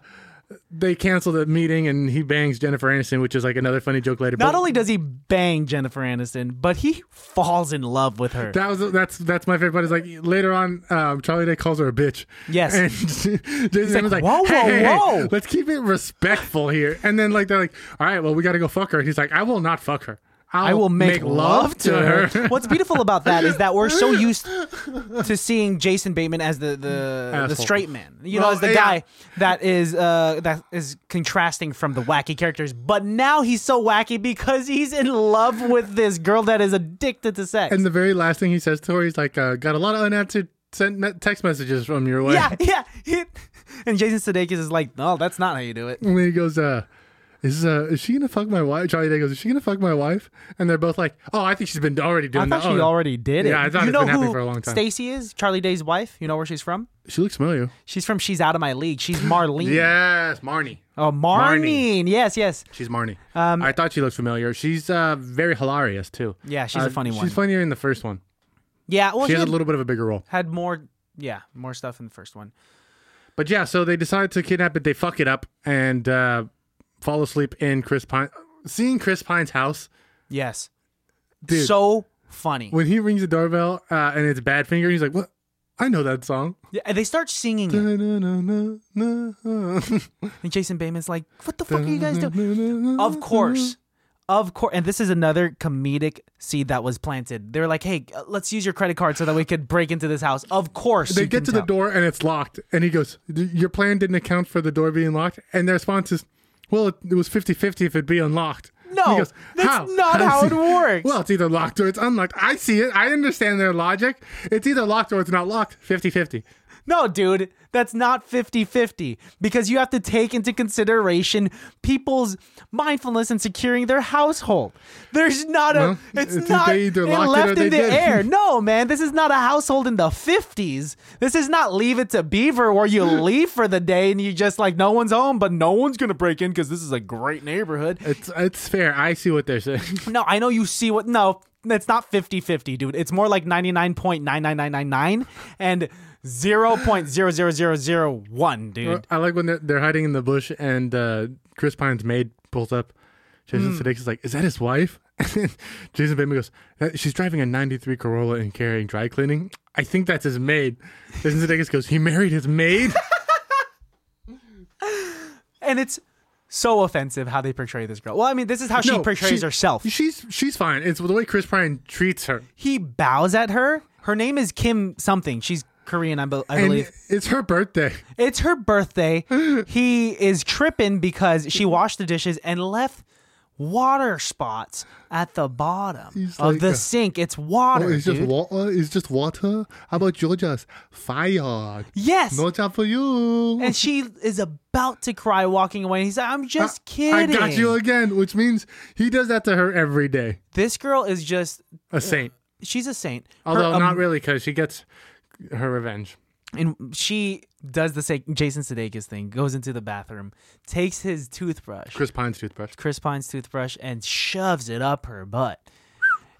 [SPEAKER 3] they cancel the meeting, and he bangs Jennifer Aniston, which is like another funny joke later.
[SPEAKER 2] Not
[SPEAKER 3] but
[SPEAKER 2] only does he bang Jennifer Aniston, but he falls in love with her.
[SPEAKER 3] that was that's that's my favorite part. Is like later on, um, Charlie Day calls her a bitch.
[SPEAKER 2] Yes.
[SPEAKER 3] and Jason
[SPEAKER 2] like,
[SPEAKER 3] was like,
[SPEAKER 2] "Whoa,
[SPEAKER 3] "Whoa, hey,
[SPEAKER 2] whoa,
[SPEAKER 3] hey, hey,
[SPEAKER 2] whoa."
[SPEAKER 3] let's keep it respectful here." And then like they're like, "All right, well, we got to go fuck her." And he's like, "I will not fuck her. I'll
[SPEAKER 2] I will make, love to her. What's beautiful about that is that we're so used to seeing Jason Bateman as the the, the
[SPEAKER 3] Asshole.
[SPEAKER 2] straight man, you know,
[SPEAKER 3] Well,
[SPEAKER 2] as the
[SPEAKER 3] yeah.
[SPEAKER 2] guy that is uh, that is contrasting from the wacky characters. But now he's so wacky because he's in love with this girl that is addicted to sex.
[SPEAKER 3] And the very last thing he says to her, he's like, uh, "Got a lot of unanswered sent me- text messages from your way."
[SPEAKER 2] yeah, yeah. He- and Jason Sudeikis is like, no, that's not how you do it.
[SPEAKER 3] And then he goes, uh, is uh, is she gonna fuck my wife? Charlie Day goes, is she gonna fuck my wife? And they're both like, oh, I think she's been already
[SPEAKER 2] I
[SPEAKER 3] doing
[SPEAKER 2] thought
[SPEAKER 3] that.
[SPEAKER 2] she
[SPEAKER 3] Oh,
[SPEAKER 2] already did it.
[SPEAKER 3] Yeah, I thought
[SPEAKER 2] you
[SPEAKER 3] it's
[SPEAKER 2] know
[SPEAKER 3] been happening
[SPEAKER 2] who
[SPEAKER 3] for a long time.
[SPEAKER 2] Stacy is Charlie Day's wife. You know where she's from?
[SPEAKER 3] She looks familiar.
[SPEAKER 2] She's from. She's out of my league. She's Marlene.
[SPEAKER 3] Yes, Marnie.
[SPEAKER 2] Oh, Marlene. Yes, yes.
[SPEAKER 3] She's Marnie.
[SPEAKER 2] Um,
[SPEAKER 3] I thought she looked familiar. She's uh, very hilarious too.
[SPEAKER 2] Yeah, she's a
[SPEAKER 3] Uh,
[SPEAKER 2] funny one.
[SPEAKER 3] She's funnier in the first one.
[SPEAKER 2] Yeah, well,
[SPEAKER 3] She
[SPEAKER 2] she
[SPEAKER 3] has a
[SPEAKER 2] had,
[SPEAKER 3] little bit of a bigger role.
[SPEAKER 2] had more. Yeah, more stuff in the first one.
[SPEAKER 3] But yeah, so they decide to kidnap it. They fuck it up and uh, fall asleep in Chris Pine. Seeing Chris Pine's house
[SPEAKER 2] Yes,
[SPEAKER 3] Dude.
[SPEAKER 2] so funny.
[SPEAKER 3] when he rings the doorbell uh, and it's Badfinger, he's like, "What? I know that song."
[SPEAKER 2] Yeah, and they start singing it, and Jason Bateman's like, "What the fuck are you guys doing?" Of course, of course. And this is another comedic seed that was planted. They're like, "Hey, uh, let's use your credit card so that we could break into this house." Of course,
[SPEAKER 3] They
[SPEAKER 2] you
[SPEAKER 3] get
[SPEAKER 2] can
[SPEAKER 3] to the
[SPEAKER 2] tell.
[SPEAKER 3] door and it's locked. And he goes, "D- Your plan didn't account for the door being locked. And their response is, Well, it, it was 50 50 if it'd be unlocked.
[SPEAKER 2] No,
[SPEAKER 3] And he goes,
[SPEAKER 2] that's not
[SPEAKER 3] I
[SPEAKER 2] how it
[SPEAKER 3] see-
[SPEAKER 2] works."
[SPEAKER 3] Well, it's either locked or it's unlocked. I see it. I understand their logic. It's either locked or it's not locked. 50 50.
[SPEAKER 2] No, dude, that's not 50 50 because you have to take into consideration people's mindfulness in securing their household. There's not a,
[SPEAKER 3] Well,
[SPEAKER 2] it's,
[SPEAKER 3] it's-
[SPEAKER 2] not
[SPEAKER 3] they either
[SPEAKER 2] it
[SPEAKER 3] locked it
[SPEAKER 2] left
[SPEAKER 3] or
[SPEAKER 2] in
[SPEAKER 3] they
[SPEAKER 2] the
[SPEAKER 3] didn't.
[SPEAKER 2] air. No, man, this is not a household in the 50s. This is not leave it to Beaver where you leave for the day and you just like, no one's home, but no one's going to break in because this is a great neighborhood.
[SPEAKER 3] It's, it's fair. I see what they're saying.
[SPEAKER 2] No, I know you see what. No, it's not 50 50, dude. It's more like 99.99999 and 0.00001, dude.
[SPEAKER 3] I like when they're, they're hiding
[SPEAKER 2] Hmm.
[SPEAKER 3] in the bush and uh, Chris Pine's maid pulls up. Jason Sudeikis is like, Is that his wife? Jason Bateman goes, "Uh, She's driving a 93 Corolla and carrying dry cleaning. I think that's his maid. Jason Sudeikis goes, He married his maid?
[SPEAKER 2] And it's so offensive how they portray this girl. Well, I mean, this is how she
[SPEAKER 3] No,
[SPEAKER 2] portrays
[SPEAKER 3] she-
[SPEAKER 2] herself.
[SPEAKER 3] She's she's fine. It's the way Chris Pine treats her.
[SPEAKER 2] he bows at her. Her name is Kim something. She's Korean, I, be- I
[SPEAKER 3] And
[SPEAKER 2] believe.
[SPEAKER 3] it's her birthday.
[SPEAKER 2] It's her birthday. he is tripping because she washed the dishes and left water spots at the bottom
[SPEAKER 3] He's
[SPEAKER 2] of
[SPEAKER 3] like,
[SPEAKER 2] the
[SPEAKER 3] uh,
[SPEAKER 2] sink. It's water,
[SPEAKER 3] it's
[SPEAKER 2] dude.
[SPEAKER 3] just water. It's just water. How about Georgia's fire?
[SPEAKER 2] yes.
[SPEAKER 3] No time for you.
[SPEAKER 2] and she is about to cry walking away. He's like, I'm just kidding.
[SPEAKER 3] I got you again, which means he does that to her every day.
[SPEAKER 2] This girl is just,
[SPEAKER 3] A saint.
[SPEAKER 2] she's a saint. Her um,
[SPEAKER 3] Although
[SPEAKER 2] am-
[SPEAKER 3] not really, because she gets her revenge.
[SPEAKER 2] and she does the sa- Jason Sudeikis thing, goes into the bathroom, takes his toothbrush,
[SPEAKER 3] Chris Pine's toothbrush.
[SPEAKER 2] Chris Pine's toothbrush, and shoves it up her butt.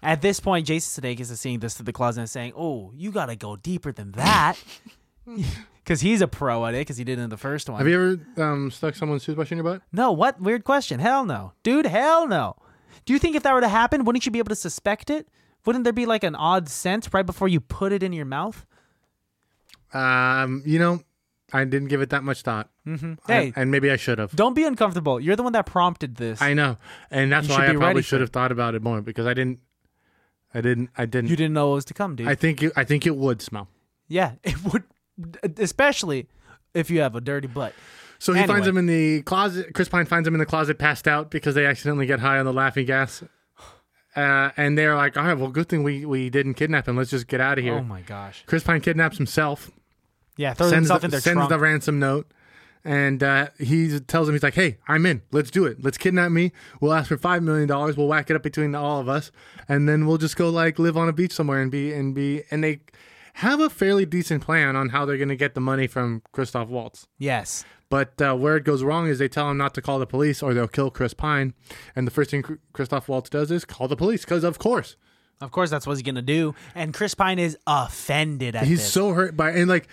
[SPEAKER 2] At this point, Jason Sudeikis is seeing this through the closet and saying, "Oh, you gotta go deeper than that," because he's a pro at it because he did it in the first one.
[SPEAKER 3] Have you ever um, stuck someone's toothbrush in your butt?
[SPEAKER 2] no, what weird question? Hell no, dude. Hell no. Do you think if that were to happen, wouldn't you be able to suspect it? Wouldn't there be like an odd scent right before you put it in your mouth?
[SPEAKER 3] Um, you know, I didn't give it that much thought. Mm-hmm.
[SPEAKER 2] Hey.
[SPEAKER 3] and maybe I should have.
[SPEAKER 2] Don't be uncomfortable. You're the one that prompted this.
[SPEAKER 3] I know, and that's
[SPEAKER 2] You should be
[SPEAKER 3] why I
[SPEAKER 2] ready
[SPEAKER 3] probably
[SPEAKER 2] for
[SPEAKER 3] should
[SPEAKER 2] it.
[SPEAKER 3] have thought about it more because I didn't. I didn't. I didn't.
[SPEAKER 2] You didn't know what was to come, dude.
[SPEAKER 3] I think. It, I think it would smell.
[SPEAKER 2] yeah, it would, especially if you have a dirty butt.
[SPEAKER 3] So he
[SPEAKER 2] Anyway.
[SPEAKER 3] finds him in the closet. Chris Pine finds him in the closet, passed out because they accidentally get high on the laughing gas. Uh, and they're like, "All right, well, good thing we we didn't kidnap him. Let's just get out of here."
[SPEAKER 2] Oh my gosh.
[SPEAKER 3] Chris Pine kidnaps himself,
[SPEAKER 2] Yeah, throw
[SPEAKER 3] sends,
[SPEAKER 2] themselves
[SPEAKER 3] the,
[SPEAKER 2] in their
[SPEAKER 3] sends
[SPEAKER 2] trunk.
[SPEAKER 3] the ransom note, and uh, he tells him, "He's like, hey, I'm in. Let's do it. Let's kidnap me. We'll ask for five million dollars. We'll whack it up between all of us, and then we'll just go like live on a beach somewhere and be and be." And they have a fairly decent plan on how they're going to get the money from Christoph Waltz.
[SPEAKER 2] yes.
[SPEAKER 3] But uh, where it goes wrong is they tell him not to call the police or they'll kill Chris Pine. And the first thing Cr- Christoph Waltz does is call the police because, of course,
[SPEAKER 2] Of course, that's what he's gonna do. And Chris Pine is offended at
[SPEAKER 3] he's
[SPEAKER 2] this.
[SPEAKER 3] so hurt by and like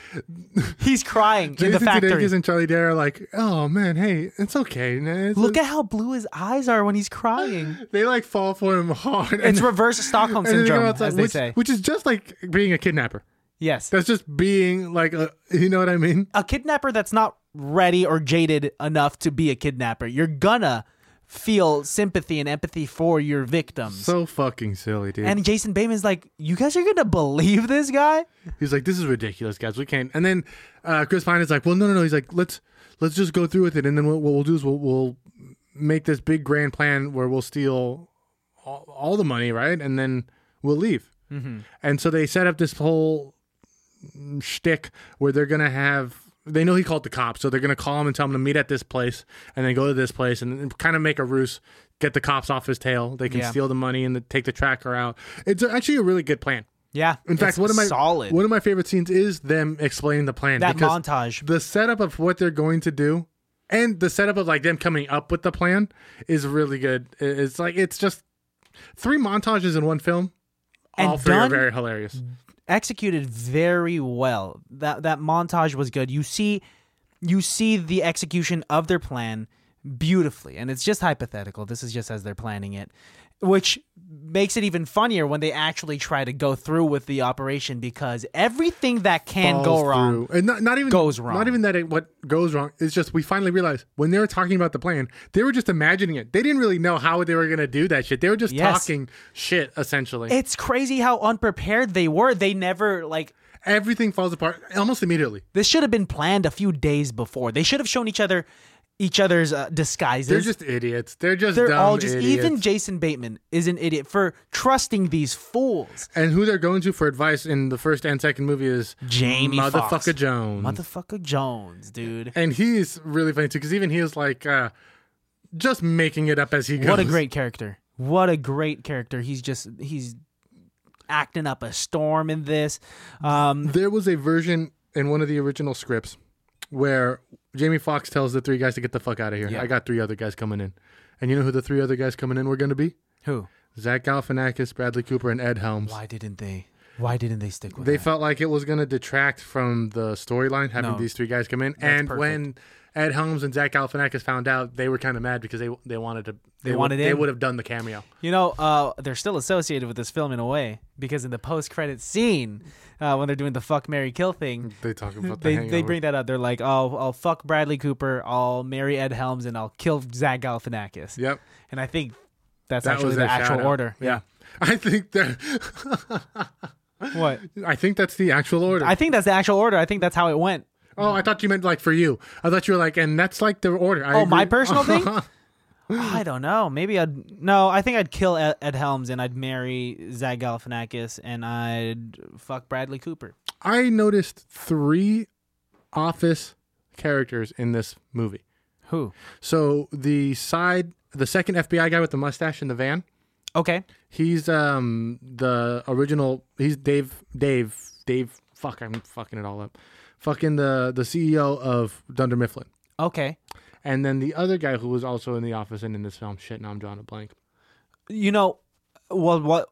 [SPEAKER 2] he's crying in the
[SPEAKER 3] Jason
[SPEAKER 2] factory.
[SPEAKER 3] Sudeikis and Charlie Dare are like, oh man, hey, it's okay. man. It's-
[SPEAKER 2] Look at how blue his eyes are when he's crying.
[SPEAKER 3] they like fall for him hard. and-
[SPEAKER 2] It's reverse Stockholm
[SPEAKER 3] and then they go
[SPEAKER 2] syndrome,
[SPEAKER 3] outside,
[SPEAKER 2] as they
[SPEAKER 3] which,
[SPEAKER 2] say.
[SPEAKER 3] which is just like being a kidnapper.
[SPEAKER 2] yes,
[SPEAKER 3] That's just being like, a, you know what I mean?
[SPEAKER 2] a kidnapper that's not ready or jaded enough to be a kidnapper, you're gonna feel sympathy and empathy for your victims.
[SPEAKER 3] So fucking silly, dude.
[SPEAKER 2] and Jason Bateman's like, "You guys are gonna believe this guy?"
[SPEAKER 3] He's like, "This is ridiculous, guys. We can't." And then uh, Chris Pine is like, "Well, no, no, no." He's like, "Let's let's just go through with it, and then what, what we'll do is we'll we'll make this big grand plan where we'll steal all, all the money, right? And then we'll leave." Mm-hmm. And so they set up this whole mm, shtick where they're gonna have. They know he called the cops, so they're gonna call him and tell him to meet at this place, and then go to this place, and, and kind of make a ruse, get the cops off his tail. They can
[SPEAKER 2] Yeah.
[SPEAKER 3] steal the money and the, take the tracker out. It's actually a really good plan.
[SPEAKER 2] Yeah.
[SPEAKER 3] In fact, one of my
[SPEAKER 2] solid
[SPEAKER 3] one of my favorite scenes is them explaining the plan.
[SPEAKER 2] that
[SPEAKER 3] because
[SPEAKER 2] montage.
[SPEAKER 3] the setup of what they're going to do, and the setup of like them coming up with the plan is really good. I- It's like it's just three montages in one film.
[SPEAKER 2] And
[SPEAKER 3] all three
[SPEAKER 2] done-
[SPEAKER 3] are very hilarious.
[SPEAKER 2] executed very well. That that montage was good. You see you see the execution of their plan beautifully. And it's just hypothetical. This is just as they're planning it, which makes it even funnier when they actually try to go through with the operation because everything that can
[SPEAKER 3] Falls
[SPEAKER 2] go wrong
[SPEAKER 3] through. and not, not even
[SPEAKER 2] goes wrong.
[SPEAKER 3] Not even that it, what goes wrong. It's just we finally realized when they were talking about the plan, they were just imagining it. They didn't really know how they were going to do that shit. They were just
[SPEAKER 2] Yes.
[SPEAKER 3] talking shit essentially.
[SPEAKER 2] It's crazy how unprepared they were. They never like
[SPEAKER 3] Everything falls apart almost immediately.
[SPEAKER 2] this should have been planned a few days before. They should have shown each other each other's uh, disguises.
[SPEAKER 3] They're just idiots. They're just
[SPEAKER 2] They're
[SPEAKER 3] dumb
[SPEAKER 2] all just
[SPEAKER 3] idiots.
[SPEAKER 2] even Jason Bateman is an idiot for trusting these fools.
[SPEAKER 3] And who they're going to for advice in the first and second movie is
[SPEAKER 2] Jamie
[SPEAKER 3] Motherfucker
[SPEAKER 2] Foxx.
[SPEAKER 3] Jones.
[SPEAKER 2] Motherfucker Jones, dude.
[SPEAKER 3] and he's really funny too, because even he was like uh, just making it up as he goes.
[SPEAKER 2] What a great character. What a great character. He's just he's acting up a storm in this. Um
[SPEAKER 3] There was a version in one of the original scripts where Jamie Foxx tells the three guys to get the fuck out of here.
[SPEAKER 2] Yeah.
[SPEAKER 3] I got three other guys coming in. And you know who the three other guys coming in were going to be?
[SPEAKER 2] who?
[SPEAKER 3] Zach Galifianakis, Bradley Cooper, and Ed Helms.
[SPEAKER 2] Why didn't they why didn't they stick with
[SPEAKER 3] They
[SPEAKER 2] that?
[SPEAKER 3] felt like it was going to detract from the storyline having
[SPEAKER 2] No.
[SPEAKER 3] these three guys come in. and
[SPEAKER 2] perfect.
[SPEAKER 3] when Ed Helms and Zach Galifianakis found out, they were kind of mad because they they wanted to they,
[SPEAKER 2] wanted
[SPEAKER 3] would, they
[SPEAKER 2] in?
[SPEAKER 3] would have done the cameo.
[SPEAKER 2] You know, uh, they're still associated with this film in a way because in the post-credit scene, uh, when they're doing the fuck Mary kill thing,
[SPEAKER 3] They talk about the
[SPEAKER 2] they
[SPEAKER 3] hangover.
[SPEAKER 2] they bring that up. They're like, "Oh, I'll fuck Bradley Cooper, I'll marry Ed Helms, and I'll kill Zach Galifianakis."
[SPEAKER 3] Yep,
[SPEAKER 2] And I think that's
[SPEAKER 3] that
[SPEAKER 2] actually
[SPEAKER 3] was
[SPEAKER 2] the
[SPEAKER 3] their
[SPEAKER 2] actual
[SPEAKER 3] shout-out.
[SPEAKER 2] order.
[SPEAKER 3] Yeah. I think that
[SPEAKER 2] What?
[SPEAKER 3] I think that's the actual order.
[SPEAKER 2] I think that's the actual order. I think that's how it went.
[SPEAKER 3] oh, I thought you meant like for you. I thought you were like, and that's like the order. I
[SPEAKER 2] Oh, my
[SPEAKER 3] agree.
[SPEAKER 2] personal thing? I don't know. Maybe I'd no. I think I'd kill E-, Ed, Ed Helms and I'd marry Zach Galifianakis and I'd fuck Bradley Cooper.
[SPEAKER 3] I noticed three office characters in this movie.
[SPEAKER 2] Who?
[SPEAKER 3] So the side, the second FBI guy with the mustache in the van,
[SPEAKER 2] Okay.
[SPEAKER 3] he's um the original. He's Dave, Dave, Dave. Fuck, I'm fucking it all up. Fucking the the CEO of Dunder Mifflin,
[SPEAKER 2] Okay.
[SPEAKER 3] and then the other guy who was also in the office and in this film. Shit, now I'm drawing a blank.
[SPEAKER 2] You know, well, what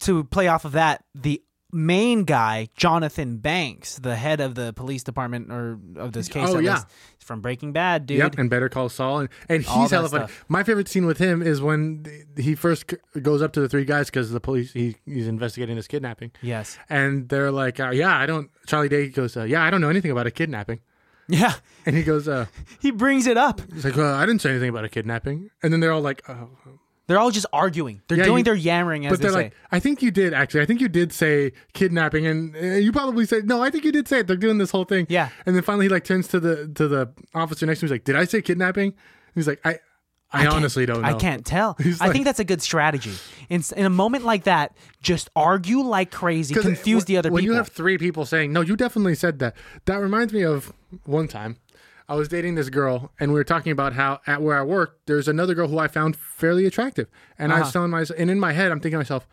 [SPEAKER 2] to play off of that? The main guy, Jonathan Banks, the head of the police department or of this case,
[SPEAKER 3] Oh,
[SPEAKER 2] at
[SPEAKER 3] yeah.
[SPEAKER 2] least, from Breaking Bad, dude.
[SPEAKER 3] Yep, and Better Call Saul, and, and
[SPEAKER 2] All
[SPEAKER 3] he's
[SPEAKER 2] that
[SPEAKER 3] hella funny.
[SPEAKER 2] stuff.
[SPEAKER 3] My favorite scene with him is when th- he first c- goes up to the three guys because the police he, he's investigating this kidnapping,
[SPEAKER 2] Yes.
[SPEAKER 3] and they're like, uh, "Yeah, I don't." Charlie Day goes, uh, "Yeah, I don't know anything about a kidnapping,"
[SPEAKER 2] Yeah.
[SPEAKER 3] and he goes, uh,
[SPEAKER 2] He brings it up.
[SPEAKER 3] "He's like, well, I didn't say anything about a kidnapping," and then they're all like, oh.
[SPEAKER 2] They're all just arguing. They're
[SPEAKER 3] Yeah,
[SPEAKER 2] doing
[SPEAKER 3] you-
[SPEAKER 2] their yammering as
[SPEAKER 3] "But
[SPEAKER 2] they
[SPEAKER 3] they're
[SPEAKER 2] say.
[SPEAKER 3] like, I think you did actually. I think you did say kidnapping, and uh, you probably said no. I think you did say it." They're doing this whole thing,
[SPEAKER 2] Yeah.
[SPEAKER 3] And then finally, he like turns to the to the officer next to him. He's like, "Did I say kidnapping?" And he's like, "I." I,
[SPEAKER 2] can't-
[SPEAKER 3] honestly don't know.
[SPEAKER 2] I can't tell.
[SPEAKER 3] He's
[SPEAKER 2] I
[SPEAKER 3] like-
[SPEAKER 2] think that's a good strategy. In, s- in a moment like that, just argue like crazy,
[SPEAKER 3] 'Cause
[SPEAKER 2] confuse
[SPEAKER 3] it-
[SPEAKER 2] the other
[SPEAKER 3] when
[SPEAKER 2] people.
[SPEAKER 3] you have three people saying no you definitely said that that reminds me of one time i was dating this girl and we were talking about how at where i work there's another girl who i found fairly attractive and
[SPEAKER 2] Uh-huh.
[SPEAKER 3] i was telling myself and in my head i'm thinking to myself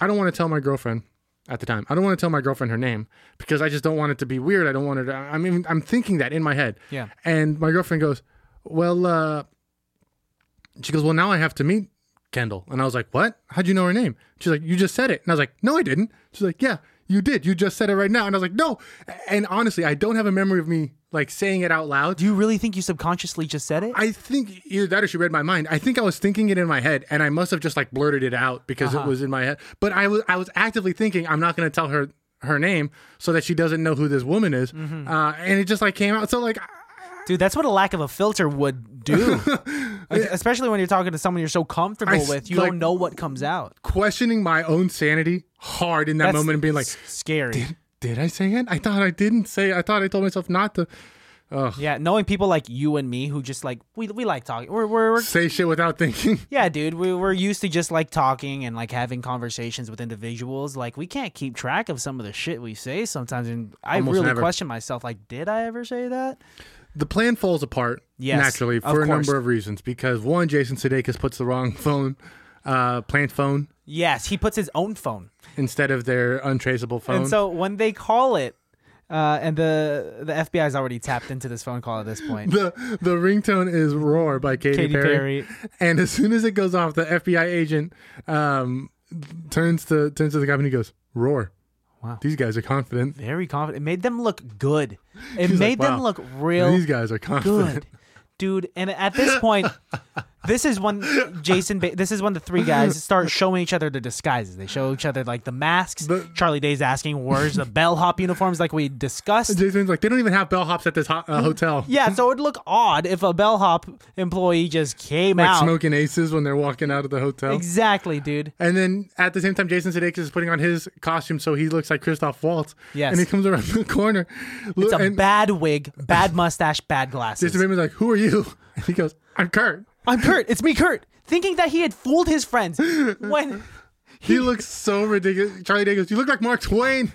[SPEAKER 3] i don't want to tell my girlfriend at the time i don't want to tell my girlfriend her name because i just don't want it to be weird i don't want her to i mean i'm thinking that in my head
[SPEAKER 2] Yeah.
[SPEAKER 3] and my girlfriend goes well uh she goes, Well, now I have to meet Kendall. And I was like, What? How'd you know her name? She's like, You just said it. And I was like, No, I didn't. She's like, Yeah, you did. You just said it right now. And I was like, No. And honestly, I don't have a memory of me like saying it out loud.
[SPEAKER 2] Do you really think you subconsciously just said it?
[SPEAKER 3] I think either that or she read my mind. I think I was thinking it in my head and I must have just like blurted it out because it was in my head. But I was I was actively thinking I'm not going to tell her her name so that she doesn't know who this woman is. Uh, and it just like came out. So like
[SPEAKER 2] Dude, that's what a lack of a filter would do. Like, Especially when you're talking to someone you're so comfortable
[SPEAKER 3] I s-
[SPEAKER 2] with, you
[SPEAKER 3] like-
[SPEAKER 2] don't know what comes out.
[SPEAKER 3] questioning my own sanity hard in that
[SPEAKER 2] That's
[SPEAKER 3] moment and being like
[SPEAKER 2] s- scary.
[SPEAKER 3] did I say it? I thought I didn't say. I thought I told myself not to
[SPEAKER 2] Yeah, knowing people like you and me who just like we we like talking. We're we're, we're
[SPEAKER 3] say shit without thinking.
[SPEAKER 2] yeah, dude. We we're used to just like talking and like having conversations with individuals. Like we can't keep track of some of the shit we say sometimes, and I
[SPEAKER 3] Almost
[SPEAKER 2] really
[SPEAKER 3] never.
[SPEAKER 2] question myself. Like, did I ever say that?
[SPEAKER 3] The plan falls apart
[SPEAKER 2] Yes,
[SPEAKER 3] naturally
[SPEAKER 2] of
[SPEAKER 3] for a
[SPEAKER 2] course.
[SPEAKER 3] number of reasons. Because one, Jason Sudeikis puts the wrong phone, uh, plant phone
[SPEAKER 2] Yes, he puts his own phone,
[SPEAKER 3] instead of their untraceable phone.
[SPEAKER 2] and so when they call it, uh, and the the FBI's already tapped into this phone call at this point.
[SPEAKER 3] the the ringtone is "Roar" by Katy,
[SPEAKER 2] Katy
[SPEAKER 3] Perry.
[SPEAKER 2] Perry.
[SPEAKER 3] and as soon as it goes off, the FBI agent um, turns to turns to the cop and he goes, "Roar."
[SPEAKER 2] Wow.
[SPEAKER 3] These guys are confident.
[SPEAKER 2] Very confident. It made them look good. It
[SPEAKER 3] He's like,
[SPEAKER 2] made them
[SPEAKER 3] "Wow,
[SPEAKER 2] look real
[SPEAKER 3] These guys are confident.
[SPEAKER 2] good, dude. And at this point, this is when Jason. Ba- this is when the three guys start showing each other their disguises. They show each other like the masks.
[SPEAKER 3] The-
[SPEAKER 2] Charlie Day's asking, "Where's the bellhop uniforms?" Like we discussed.
[SPEAKER 3] Jason's like, they don't even have bellhops at this ho- uh, hotel.
[SPEAKER 2] Yeah, so it'd look odd if a bellhop employee just came
[SPEAKER 3] like
[SPEAKER 2] out.
[SPEAKER 3] smoking aces when they're walking out of the hotel.
[SPEAKER 2] Exactly, dude.
[SPEAKER 3] And then at the same time, Jason Sudeikis is putting on his costume so he looks like Christoph Waltz.
[SPEAKER 2] Yes.
[SPEAKER 3] And he comes around the corner.
[SPEAKER 2] It's
[SPEAKER 3] Look,
[SPEAKER 2] a
[SPEAKER 3] and
[SPEAKER 2] bad wig, bad mustache, bad glasses.
[SPEAKER 3] Jason Bateman's like, "Who are you?" And he goes, "I'm Kurt."
[SPEAKER 2] I'm Kurt. It's me, Kurt. Thinking that he had fooled his friends when
[SPEAKER 3] He looks so ridiculous. Charlie Day goes, "You look like Mark Twain."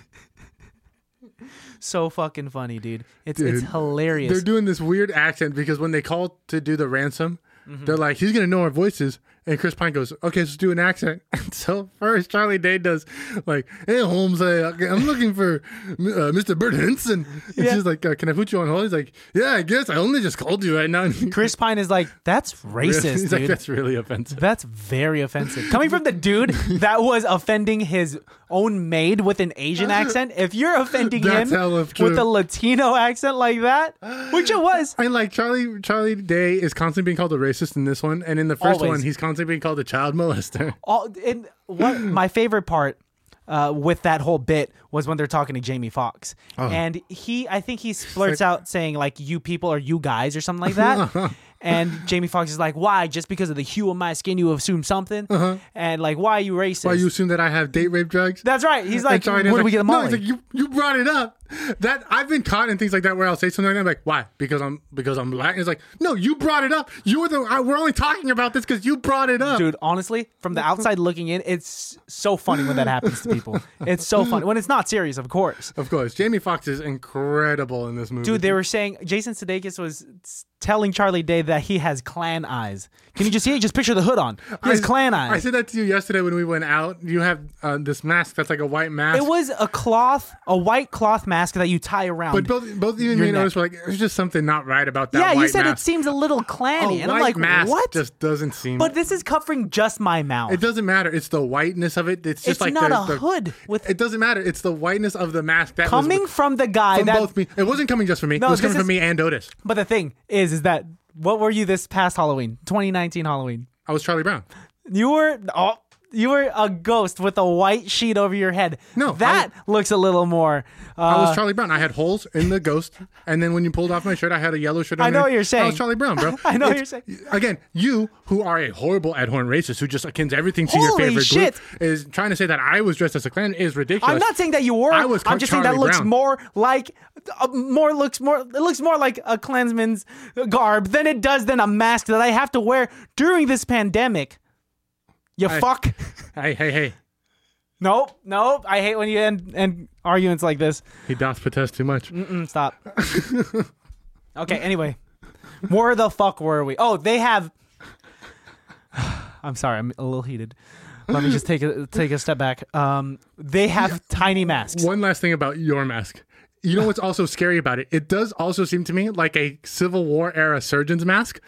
[SPEAKER 2] so fucking funny, dude. It's
[SPEAKER 3] Dude,
[SPEAKER 2] it's hilarious. Mm-hmm.
[SPEAKER 3] They're doing this weird accent because when they call to do the ransom, they're like, "He's gonna know our voices." And Chris Pine goes, okay, let's do an accent. And so first, Charlie Day does like, hey, Holmes, I, I'm looking for uh, Mr. Bert Henson. And
[SPEAKER 2] Yeah.
[SPEAKER 3] she's like, uh, can I put you on hold? He's like, yeah, I guess. I only just called you right now. And
[SPEAKER 2] Chris Pine is like, that's racist,
[SPEAKER 3] He's
[SPEAKER 2] dude.
[SPEAKER 3] like, that's really offensive.
[SPEAKER 2] That's very offensive. Coming from the dude that was offending his own maid with an Asian accent, if you're offending
[SPEAKER 3] That's
[SPEAKER 2] him
[SPEAKER 3] hella
[SPEAKER 2] with
[SPEAKER 3] true.
[SPEAKER 2] a Latino accent like that, which it was,
[SPEAKER 3] And like Charlie, Charlie Day is constantly being called a racist in this one, and in the first
[SPEAKER 2] Always.
[SPEAKER 3] one, he's constantly being called a child molester.
[SPEAKER 2] all and what my favorite part uh, with that whole bit was when they're talking to Jamie Foxx.
[SPEAKER 3] Uh-huh.
[SPEAKER 2] And he I think he flirts out saying like you people or you guys or something like that. and Jamie Foxx is like, Why? Just because of the hue of my skin you assume something? And like, why are you racist?
[SPEAKER 3] Uh-huh. Why you assume that I have date rape drugs?
[SPEAKER 2] That's right. He's like,
[SPEAKER 3] And Charlie
[SPEAKER 2] Where
[SPEAKER 3] Day's
[SPEAKER 2] do we get the
[SPEAKER 3] no,
[SPEAKER 2] Molly?
[SPEAKER 3] he's like, you, you brought it up. That I've been caught in things like that where I'll say something like that, I'm like, why? Because I'm because I'm Latin. It's like, no, you brought it up. You were the I, we're only talking about this because you brought it up.
[SPEAKER 2] dude honestly from the outside looking in it's so funny when that happens to people it's so funny when it's not serious of course
[SPEAKER 3] Of course, Jamie Foxx is incredible in this movie.
[SPEAKER 2] dude they were saying jason sudeikis was s- telling charlie day that he has clan eyes can you just see it just picture the hood on he has clan
[SPEAKER 3] I
[SPEAKER 2] eyes
[SPEAKER 3] said that to you yesterday when we went out. You have uh, this mask that's like a white mask.
[SPEAKER 2] it was a cloth a white cloth mask that you tie around
[SPEAKER 3] but both both you and
[SPEAKER 2] Your
[SPEAKER 3] me
[SPEAKER 2] neck.
[SPEAKER 3] noticed were like, there's just something not right about that.
[SPEAKER 2] yeah you
[SPEAKER 3] white
[SPEAKER 2] said it
[SPEAKER 3] mask.
[SPEAKER 2] seems a little clanny
[SPEAKER 3] A
[SPEAKER 2] and i'm
[SPEAKER 3] white
[SPEAKER 2] like
[SPEAKER 3] mask
[SPEAKER 2] what
[SPEAKER 3] just doesn't seem.
[SPEAKER 2] but this is covering just my mouth
[SPEAKER 3] it doesn't matter. It's the whiteness of it. It's just
[SPEAKER 2] it's
[SPEAKER 3] like
[SPEAKER 2] not
[SPEAKER 3] the,
[SPEAKER 2] a
[SPEAKER 3] the-
[SPEAKER 2] hood with
[SPEAKER 3] It doesn't matter. It's the whiteness of the mask that
[SPEAKER 2] coming
[SPEAKER 3] was
[SPEAKER 2] from the guy
[SPEAKER 3] from
[SPEAKER 2] that
[SPEAKER 3] both me. It wasn't coming just from me.
[SPEAKER 2] No,
[SPEAKER 3] it was
[SPEAKER 2] this
[SPEAKER 3] coming
[SPEAKER 2] is-
[SPEAKER 3] from me and Otis.
[SPEAKER 2] But the thing is, is that what were you this past Halloween, 2019 Halloween?
[SPEAKER 3] I was Charlie Brown.
[SPEAKER 2] You were oh, you were a ghost with a white sheet over your head.
[SPEAKER 3] No, I-
[SPEAKER 2] that looks a little more. Uh,
[SPEAKER 3] I was Charlie Brown. I had holes in the ghost, and then when you pulled off my shirt, I had a yellow shirt.
[SPEAKER 2] I know
[SPEAKER 3] underneath.
[SPEAKER 2] what you're
[SPEAKER 3] I
[SPEAKER 2] saying.
[SPEAKER 3] was Charlie Brown, bro.
[SPEAKER 2] I know what
[SPEAKER 3] It's-
[SPEAKER 2] you're saying.
[SPEAKER 3] Again, you who are a horrible Adhorn racist who just akins everything to your
[SPEAKER 2] Holy
[SPEAKER 3] favorite
[SPEAKER 2] shit.
[SPEAKER 3] group is trying to say that I was dressed as a Klan is ridiculous.
[SPEAKER 2] I'm not saying that you were.
[SPEAKER 3] I was
[SPEAKER 2] I'm just saying that
[SPEAKER 3] Charlie
[SPEAKER 2] looks
[SPEAKER 3] Brown.
[SPEAKER 2] more like uh, more looks more. It looks more like a Klansman's garb than it does than a mask that I have to wear during this pandemic. You fuck.
[SPEAKER 3] Hey, hey, hey!
[SPEAKER 2] nope, nope. I hate when you end end arguments like this.
[SPEAKER 3] He does protest too much.
[SPEAKER 2] Mm, stop. okay, anyway. Where the fuck were we? Oh, they have I'm sorry, I'm a little heated. Let me just take a take a step back. Um they have tiny masks.
[SPEAKER 3] One last thing about your mask. You know what's also scary about it? It does also seem to me like a Civil War era surgeon's mask.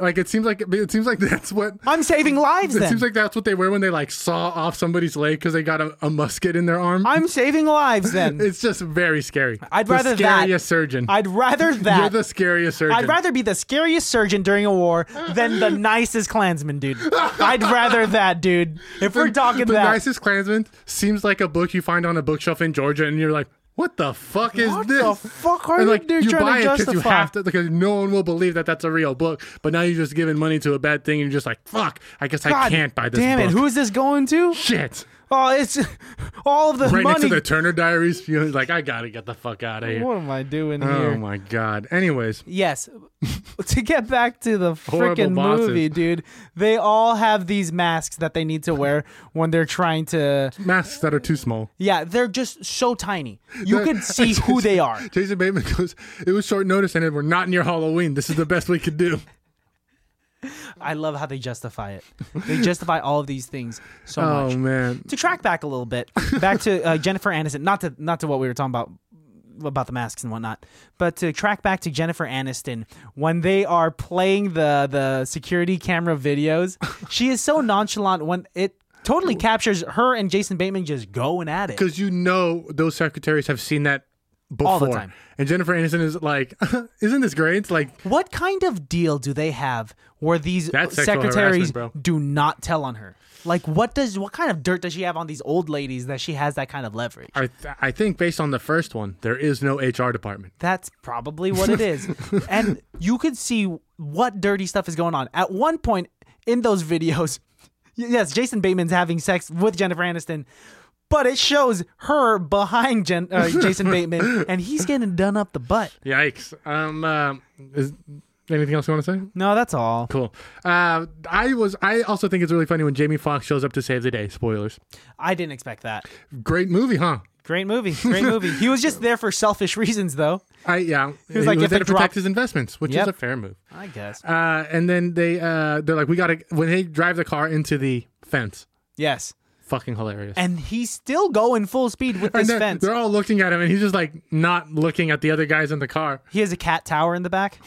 [SPEAKER 3] Like it seems like it seems like that's what
[SPEAKER 2] I'm saving lives
[SPEAKER 3] it
[SPEAKER 2] then.
[SPEAKER 3] seems like that's what they wear when they like saw off somebody's leg because they got a, a musket in their arm.
[SPEAKER 2] I'm saving lives then.
[SPEAKER 3] it's just very scary.
[SPEAKER 2] I'd
[SPEAKER 3] the
[SPEAKER 2] rather that-
[SPEAKER 3] scariest surgeon.
[SPEAKER 2] I'd rather
[SPEAKER 3] You're
[SPEAKER 2] that
[SPEAKER 3] the scariest surgeon.
[SPEAKER 2] I'd rather be the scariest surgeon during a war than the nicest Klansman, dude. I'd rather that, dude. If we're talking
[SPEAKER 3] the
[SPEAKER 2] that,
[SPEAKER 3] nicest Klansman seems like a book you find on a bookshelf in Georgia, and you're like, "What the fuck is
[SPEAKER 2] What
[SPEAKER 3] this?"
[SPEAKER 2] the fuck are
[SPEAKER 3] and
[SPEAKER 2] you
[SPEAKER 3] like
[SPEAKER 2] dude,
[SPEAKER 3] you
[SPEAKER 2] trying
[SPEAKER 3] buy
[SPEAKER 2] to
[SPEAKER 3] it because
[SPEAKER 2] justify?
[SPEAKER 3] you have to because no one will believe that that's a real book. But now you're just giving money to a bad thing, and you're just like, "Fuck, I guess I
[SPEAKER 2] God
[SPEAKER 3] can't buy this
[SPEAKER 2] Damn
[SPEAKER 3] book."
[SPEAKER 2] it! Who is this going to?
[SPEAKER 3] Shit!
[SPEAKER 2] Oh, it's all of the
[SPEAKER 3] Right next
[SPEAKER 2] money.
[SPEAKER 3] to the Turner Diaries, you're like, "I gotta get the fuck out of here."
[SPEAKER 2] What am I doing
[SPEAKER 3] Oh
[SPEAKER 2] here?
[SPEAKER 3] my god. Anyways,
[SPEAKER 2] Yes. to get back to the
[SPEAKER 3] Horrible
[SPEAKER 2] freaking
[SPEAKER 3] bosses.
[SPEAKER 2] movie, dude, they all have these masks that they need to wear when they're trying to.
[SPEAKER 3] masks that are too small.
[SPEAKER 2] Yeah, they're just so tiny. You could see who they are.
[SPEAKER 3] Jason Bateman goes, "It was short notice, and we're not near Halloween. This is the best we could do."
[SPEAKER 2] I love how they justify it. They justify all of these things so
[SPEAKER 3] Oh
[SPEAKER 2] much.
[SPEAKER 3] man.
[SPEAKER 2] To track back a little bit, back to uh, Jennifer Aniston, not to not to what we were talking about about the masks and whatnot, but to track back to Jennifer Aniston when they are playing the the security camera videos, she is so nonchalant when it totally captures her and Jason Bateman just going at it.
[SPEAKER 3] because you know those secretaries have seen that before.
[SPEAKER 2] All the time.
[SPEAKER 3] And Jennifer Aniston is like, "Isn't this great?" It's like
[SPEAKER 2] What kind of deal do they have where these
[SPEAKER 3] That's sexual
[SPEAKER 2] secretaries
[SPEAKER 3] harassment, bro.
[SPEAKER 2] do not tell on her? Like what does what kind of dirt does she have on these old ladies that she has that kind of leverage?
[SPEAKER 3] I, th- I think based on the first one, there is no HR department.
[SPEAKER 2] That's probably what it is. and you could see what dirty stuff is going on. At one point in those videos, y- yes, Jason Bateman's having sex with Jennifer Aniston, but it shows her behind Jen, uh, Jason Bateman and he's getting done up the butt.
[SPEAKER 3] Yikes. Um, uh, is anything else you want to say?
[SPEAKER 2] No, that's all.
[SPEAKER 3] Cool. Uh, I was. I also think it's really funny when Jamie Foxx shows up to save the day. Spoilers.
[SPEAKER 2] I didn't expect that.
[SPEAKER 3] Great movie, huh?
[SPEAKER 2] Great movie. Great movie. He was just there for selfish reasons, though.
[SPEAKER 3] I yeah. He
[SPEAKER 2] was like, if
[SPEAKER 3] there
[SPEAKER 2] they
[SPEAKER 3] to protect
[SPEAKER 2] drop-
[SPEAKER 3] his investments, which
[SPEAKER 2] Yep.
[SPEAKER 3] is a fair move.
[SPEAKER 2] I guess.
[SPEAKER 3] Uh, and then they uh, they're like, we gotta when they drive the car into the fence.
[SPEAKER 2] Yes.
[SPEAKER 3] Fucking hilarious.
[SPEAKER 2] And he's still going full speed with
[SPEAKER 3] And
[SPEAKER 2] this
[SPEAKER 3] they're-
[SPEAKER 2] fence.
[SPEAKER 3] They're all looking at him, and he's just like not looking at the other guys in the car.
[SPEAKER 2] He has a cat tower in the back,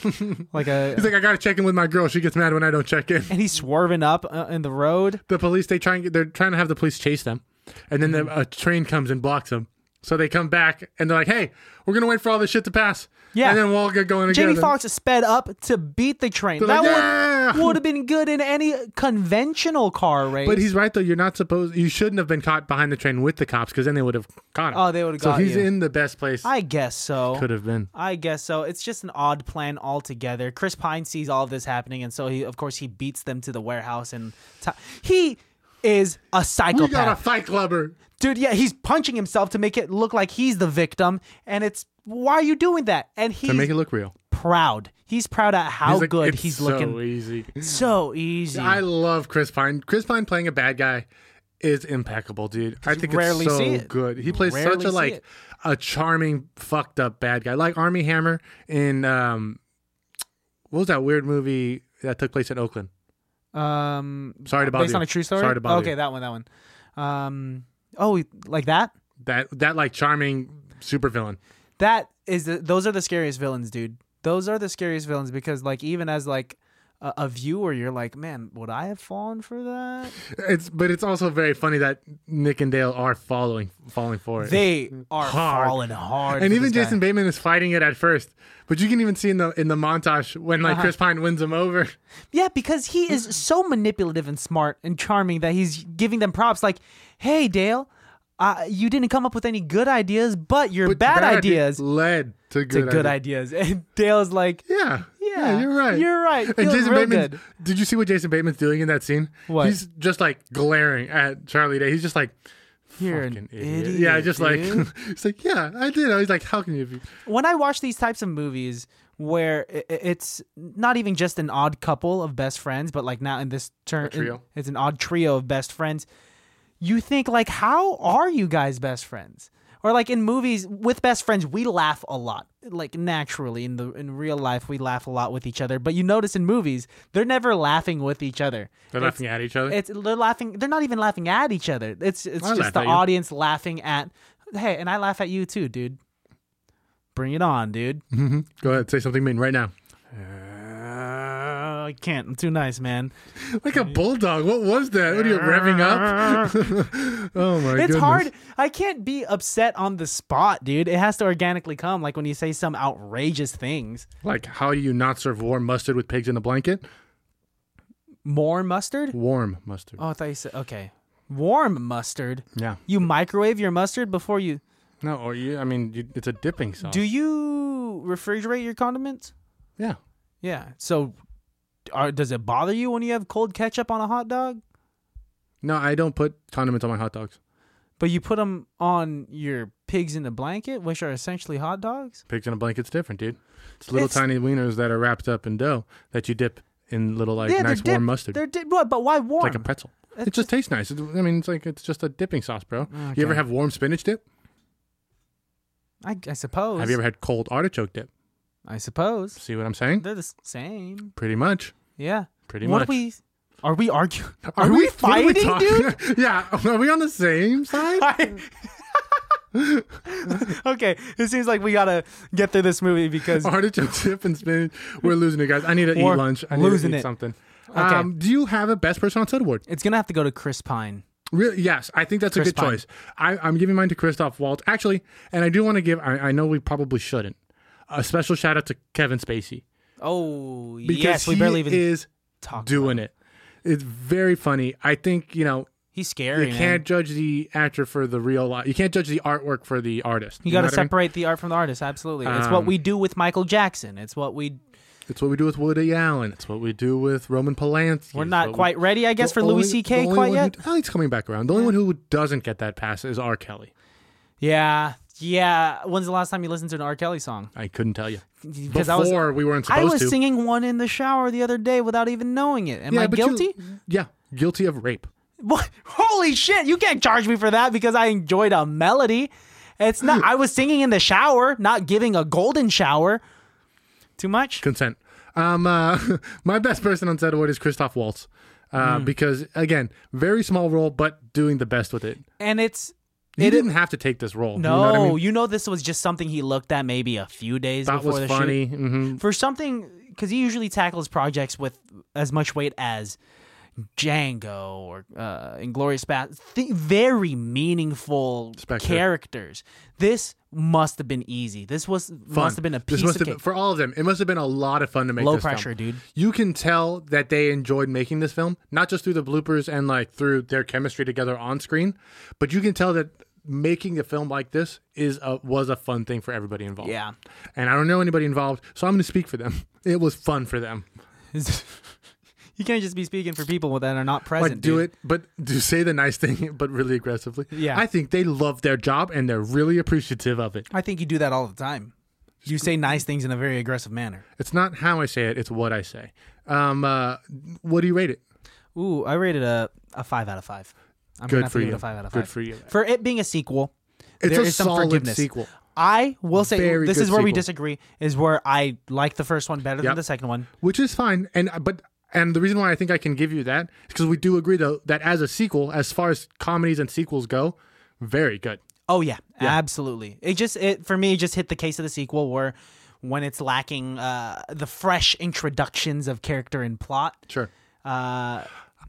[SPEAKER 2] like a,
[SPEAKER 3] He's like, I gotta check in with my girl. She gets mad when I don't check in.
[SPEAKER 2] and he's swerving up uh, in the road.
[SPEAKER 3] The police they try and get, they're trying to have the police chase them, and then
[SPEAKER 2] Mm-hmm.
[SPEAKER 3] the, a train comes and blocks them. So they come back and they're like, "Hey, we're gonna wait for all this shit to pass."
[SPEAKER 2] Yeah.
[SPEAKER 3] and then we'll all get going again.
[SPEAKER 2] Jamie Foxx sped up to beat the train. that
[SPEAKER 3] like,
[SPEAKER 2] would-
[SPEAKER 3] "Yeah!"
[SPEAKER 2] would have been good in any conventional car race.
[SPEAKER 3] But he's right though. You're not supposed. You shouldn't have been caught behind the train with the cops because then they would have caught him.
[SPEAKER 2] Oh, they would've
[SPEAKER 3] So
[SPEAKER 2] got
[SPEAKER 3] he's
[SPEAKER 2] you.
[SPEAKER 3] in the best place.
[SPEAKER 2] I guess so.
[SPEAKER 3] could have been.
[SPEAKER 2] I guess so. It's just an odd plan altogether. Chris Pine sees all of this happening, and so he, of course, he beats them to the warehouse. And ti he is a
[SPEAKER 3] We
[SPEAKER 2] psychopath,
[SPEAKER 3] got a fight clubber.
[SPEAKER 2] dude. Yeah, he's punching himself to make it look like he's the victim, and it's why are you doing that? And he's
[SPEAKER 3] To make it look real.
[SPEAKER 2] proud. He's proud at how
[SPEAKER 3] like,
[SPEAKER 2] good
[SPEAKER 3] "It's
[SPEAKER 2] he's
[SPEAKER 3] so
[SPEAKER 2] looking.
[SPEAKER 3] easy.
[SPEAKER 2] So easy.
[SPEAKER 3] I love Chris Pine. Chris Pine playing a bad guy is impeccable, dude. I think
[SPEAKER 2] rarely
[SPEAKER 3] it's so
[SPEAKER 2] see it.
[SPEAKER 3] good. He plays
[SPEAKER 2] Rarely
[SPEAKER 3] such
[SPEAKER 2] see
[SPEAKER 3] a like
[SPEAKER 2] it.
[SPEAKER 3] a charming, fucked up bad guy, like Army Hammer in um, what was that weird movie that took place in Oakland?
[SPEAKER 2] um,
[SPEAKER 3] Sorry to bother.
[SPEAKER 2] based
[SPEAKER 3] you.
[SPEAKER 2] on a true story.
[SPEAKER 3] Sorry to bother.
[SPEAKER 2] okay,
[SPEAKER 3] you.
[SPEAKER 2] that one. That one. Um. Oh, like that.
[SPEAKER 3] That that like charming supervillain.
[SPEAKER 2] that is the, those are the scariest villains dude those are the scariest villains because like even as like a, a viewer you're like man would i have fallen for that
[SPEAKER 3] It's but it's also very funny that Nick and Dale are following falling for it.
[SPEAKER 2] they are
[SPEAKER 3] Hard.
[SPEAKER 2] falling hard
[SPEAKER 3] and
[SPEAKER 2] for
[SPEAKER 3] even
[SPEAKER 2] this guy.
[SPEAKER 3] Jason Bateman is fighting it at first, but you can even see in the in the montage when
[SPEAKER 2] Uh-huh.
[SPEAKER 3] like Chris Pine wins him over.
[SPEAKER 2] yeah because he is so manipulative and smart and charming that he's giving them props like hey dale uh, you didn't come up with any good ideas but your bad, ideas
[SPEAKER 3] led
[SPEAKER 2] to
[SPEAKER 3] to good,
[SPEAKER 2] good
[SPEAKER 3] ideas.
[SPEAKER 2] ideas and dale's like
[SPEAKER 3] Yeah.
[SPEAKER 2] yeah,
[SPEAKER 3] you're right.
[SPEAKER 2] you're right
[SPEAKER 3] and
[SPEAKER 2] Feeling
[SPEAKER 3] Jason
[SPEAKER 2] real
[SPEAKER 3] Bateman,
[SPEAKER 2] good.
[SPEAKER 3] did you see what Jason Bateman's doing in that scene?
[SPEAKER 2] What?
[SPEAKER 3] He's just like glaring at Charlie Day. He's just like,
[SPEAKER 2] you're an
[SPEAKER 3] fucking idiot.
[SPEAKER 2] idiot
[SPEAKER 3] yeah, just like,
[SPEAKER 2] dude.
[SPEAKER 3] it's like, yeah, I did. He's like, how can you be?
[SPEAKER 2] when I watch these types of movies where i- i- it's not even just an odd couple of best friends, but like now in this turn,
[SPEAKER 3] trio.
[SPEAKER 2] it's an odd trio of best friends. You think like, how are you guys best friends? Or like in movies with best friends, we laugh a lot. Like naturally in the in real life, we laugh a lot with each other. But you notice in movies, they're never laughing with each other.
[SPEAKER 3] They're
[SPEAKER 2] It's-
[SPEAKER 3] laughing at each other.
[SPEAKER 2] it's they're laughing. They're not even laughing at each other. It's it's
[SPEAKER 3] I
[SPEAKER 2] just
[SPEAKER 3] laugh
[SPEAKER 2] the
[SPEAKER 3] at you.
[SPEAKER 2] audience laughing at. Hey, and I laugh at you too, dude. Bring it on, dude.
[SPEAKER 3] Go ahead, say something mean right now.
[SPEAKER 2] Uh, I can't. I'm too nice, man.
[SPEAKER 3] Like a bulldog. What was that? What are you revving up? oh my god.
[SPEAKER 2] It's hard. I can't be upset on the spot, dude. It has to organically come. Like when you say some outrageous things.
[SPEAKER 3] Like, how do you not serve warm mustard with pigs in a blanket?
[SPEAKER 2] More mustard.
[SPEAKER 3] Warm mustard.
[SPEAKER 2] Oh, I thought you said okay. Warm mustard.
[SPEAKER 3] Yeah.
[SPEAKER 2] You microwave your mustard before you.
[SPEAKER 3] No, or you. I mean, you, it's a dipping sauce.
[SPEAKER 2] Do you refrigerate your condiments?
[SPEAKER 3] yeah.
[SPEAKER 2] Yeah. So, are, does it bother you when you have cold ketchup on a hot dog?
[SPEAKER 3] No, I don't put condiments on my hot dogs.
[SPEAKER 2] But you put them on your pigs in a blanket, which are essentially hot dogs.
[SPEAKER 3] Pigs in a blanket's different, dude. It's little
[SPEAKER 2] It's-
[SPEAKER 3] tiny wieners that are wrapped up in dough that you dip in little like
[SPEAKER 2] yeah,
[SPEAKER 3] nice
[SPEAKER 2] they're
[SPEAKER 3] warm
[SPEAKER 2] dip-
[SPEAKER 3] mustard,
[SPEAKER 2] They're dip, what? But why warm?
[SPEAKER 3] like a pretzel. It just, tastes nice. It, I mean, it's like it's just a dipping sauce, bro.
[SPEAKER 2] Okay.
[SPEAKER 3] You ever have warm spinach dip?
[SPEAKER 2] I, I suppose.
[SPEAKER 3] Have you ever had cold artichoke dip?
[SPEAKER 2] I suppose
[SPEAKER 3] See what I'm saying?
[SPEAKER 2] they're the s- same.
[SPEAKER 3] Pretty much.
[SPEAKER 2] Yeah.
[SPEAKER 3] Pretty
[SPEAKER 2] what
[SPEAKER 3] much.
[SPEAKER 2] Are we are we arguing?
[SPEAKER 3] Are,
[SPEAKER 2] we
[SPEAKER 3] what are
[SPEAKER 2] fighting, dude?
[SPEAKER 3] talking- yeah. Are we on the same side?
[SPEAKER 2] okay, it seems like we gotta get through this movie because
[SPEAKER 3] artichoke dip and spinach. We're losing it, guys. I need to
[SPEAKER 2] We're
[SPEAKER 3] eat lunch. I need
[SPEAKER 2] losing
[SPEAKER 3] to eat
[SPEAKER 2] it.
[SPEAKER 3] something.
[SPEAKER 2] Okay.
[SPEAKER 3] Um, do you have a best person on set award?
[SPEAKER 2] it's gonna have to go to Chris Pine.
[SPEAKER 3] Really, yes, I think that's
[SPEAKER 2] Chris
[SPEAKER 3] a good
[SPEAKER 2] Pine.
[SPEAKER 3] choice. I, I'm giving mine to Christoph Waltz, actually, and I do want to give. I, I know we probably shouldn't. A special shout out to Kevin Spacey
[SPEAKER 2] Oh,
[SPEAKER 3] because
[SPEAKER 2] yes, we
[SPEAKER 3] he
[SPEAKER 2] barely even
[SPEAKER 3] is
[SPEAKER 2] talked.
[SPEAKER 3] doing it. It's very funny. I think you know
[SPEAKER 2] He's
[SPEAKER 3] you
[SPEAKER 2] scary. man.
[SPEAKER 3] can't judge the actor for the real life. You can't judge the artwork for the artist.
[SPEAKER 2] You
[SPEAKER 3] know
[SPEAKER 2] got to
[SPEAKER 3] what I mean? Um,
[SPEAKER 2] separate the art from the artist. Absolutely, it's what we do with Michael Jackson. It's what we.
[SPEAKER 3] It's what we do with Woody Allen. It's what we do with Roman Polanski.
[SPEAKER 2] We're
[SPEAKER 3] It's
[SPEAKER 2] not
[SPEAKER 3] what we-
[SPEAKER 2] quite ready, I guess, for
[SPEAKER 3] the
[SPEAKER 2] Louis
[SPEAKER 3] only- the
[SPEAKER 2] C.K.
[SPEAKER 3] only
[SPEAKER 2] quite
[SPEAKER 3] one
[SPEAKER 2] yet.
[SPEAKER 3] Who, oh, he's coming back around. The only one who doesn't get that pass is R. Kelly.
[SPEAKER 2] yeah, yeah. When's the last time you listened to an R. Kelly song?
[SPEAKER 3] I couldn't tell you
[SPEAKER 2] Because I was,
[SPEAKER 3] before we weren't supposed
[SPEAKER 2] I was
[SPEAKER 3] to.
[SPEAKER 2] singing one in the shower the other day without even knowing it. Am I
[SPEAKER 3] but you-
[SPEAKER 2] guilty?
[SPEAKER 3] yeah, guilty of rape.
[SPEAKER 2] What? Holy shit! You can't charge me for that because I enjoyed a melody. It's not. I was singing in the shower, not giving a golden shower. Too much.
[SPEAKER 3] consent. Um, uh, my best person on set award is Christoph Waltz uh,
[SPEAKER 2] Hmm.
[SPEAKER 3] because again, very small role, but doing the best with it.
[SPEAKER 2] And it's
[SPEAKER 3] He
[SPEAKER 2] It-
[SPEAKER 3] didn't have to take this role.
[SPEAKER 2] no.
[SPEAKER 3] you know what I mean?
[SPEAKER 2] this was just something he looked at maybe a few days
[SPEAKER 3] Thought
[SPEAKER 2] before the
[SPEAKER 3] was
[SPEAKER 2] shoot.
[SPEAKER 3] funny. hmm
[SPEAKER 2] for something because he usually tackles projects with as much weight as Django or uh, Inglorious Basterds, th- very meaningful
[SPEAKER 3] Spectre.
[SPEAKER 2] characters. This must have been easy. This was must have been a piece
[SPEAKER 3] this must
[SPEAKER 2] of
[SPEAKER 3] have
[SPEAKER 2] cake.
[SPEAKER 3] been, for all of them. It must have been a lot of fun to make
[SPEAKER 2] Low
[SPEAKER 3] this film.
[SPEAKER 2] pressure, dude.
[SPEAKER 3] You can tell that they enjoyed making this film, not just through the bloopers and like through their chemistry together on screen, but you can tell that making a film like this is a, was a fun thing for everybody involved.
[SPEAKER 2] Yeah.
[SPEAKER 3] and I don't know anybody involved, so I'm going to speak for them. It was fun for them.
[SPEAKER 2] you can't just be speaking for people that are not present.
[SPEAKER 3] Like do
[SPEAKER 2] dude.
[SPEAKER 3] it, but do say the nice thing, but really aggressively.
[SPEAKER 2] Yeah.
[SPEAKER 3] I think they love their job and they're really appreciative of it.
[SPEAKER 2] I think you do that all the time. You say nice things in a very aggressive manner.
[SPEAKER 3] It's not how I say it; it's what I say. Um, uh, what do you rate it?
[SPEAKER 2] Ooh, I rated a a five out of five. I'm
[SPEAKER 3] Good
[SPEAKER 2] gonna have
[SPEAKER 3] for
[SPEAKER 2] to give it
[SPEAKER 3] you.
[SPEAKER 2] a five out of
[SPEAKER 3] Good
[SPEAKER 2] five.
[SPEAKER 3] for you.
[SPEAKER 2] For it being a sequel,
[SPEAKER 3] It's
[SPEAKER 2] there
[SPEAKER 3] a
[SPEAKER 2] is some
[SPEAKER 3] solid
[SPEAKER 2] forgiveness.
[SPEAKER 3] sequel.
[SPEAKER 2] I will say
[SPEAKER 3] Very
[SPEAKER 2] this
[SPEAKER 3] good
[SPEAKER 2] is where we
[SPEAKER 3] sequel.
[SPEAKER 2] disagree. Is where I like the first one better
[SPEAKER 3] Yep.
[SPEAKER 2] than the second one.
[SPEAKER 3] which is fine and uh, but and the reason why i think i can give you that is because we do agree though that as a sequel as far as comedies and sequels go very good
[SPEAKER 2] Oh yeah, absolutely. It just it for me it just hit the case of the sequel where when it's lacking uh, the fresh introductions of character and plot.
[SPEAKER 3] sure
[SPEAKER 2] Uh,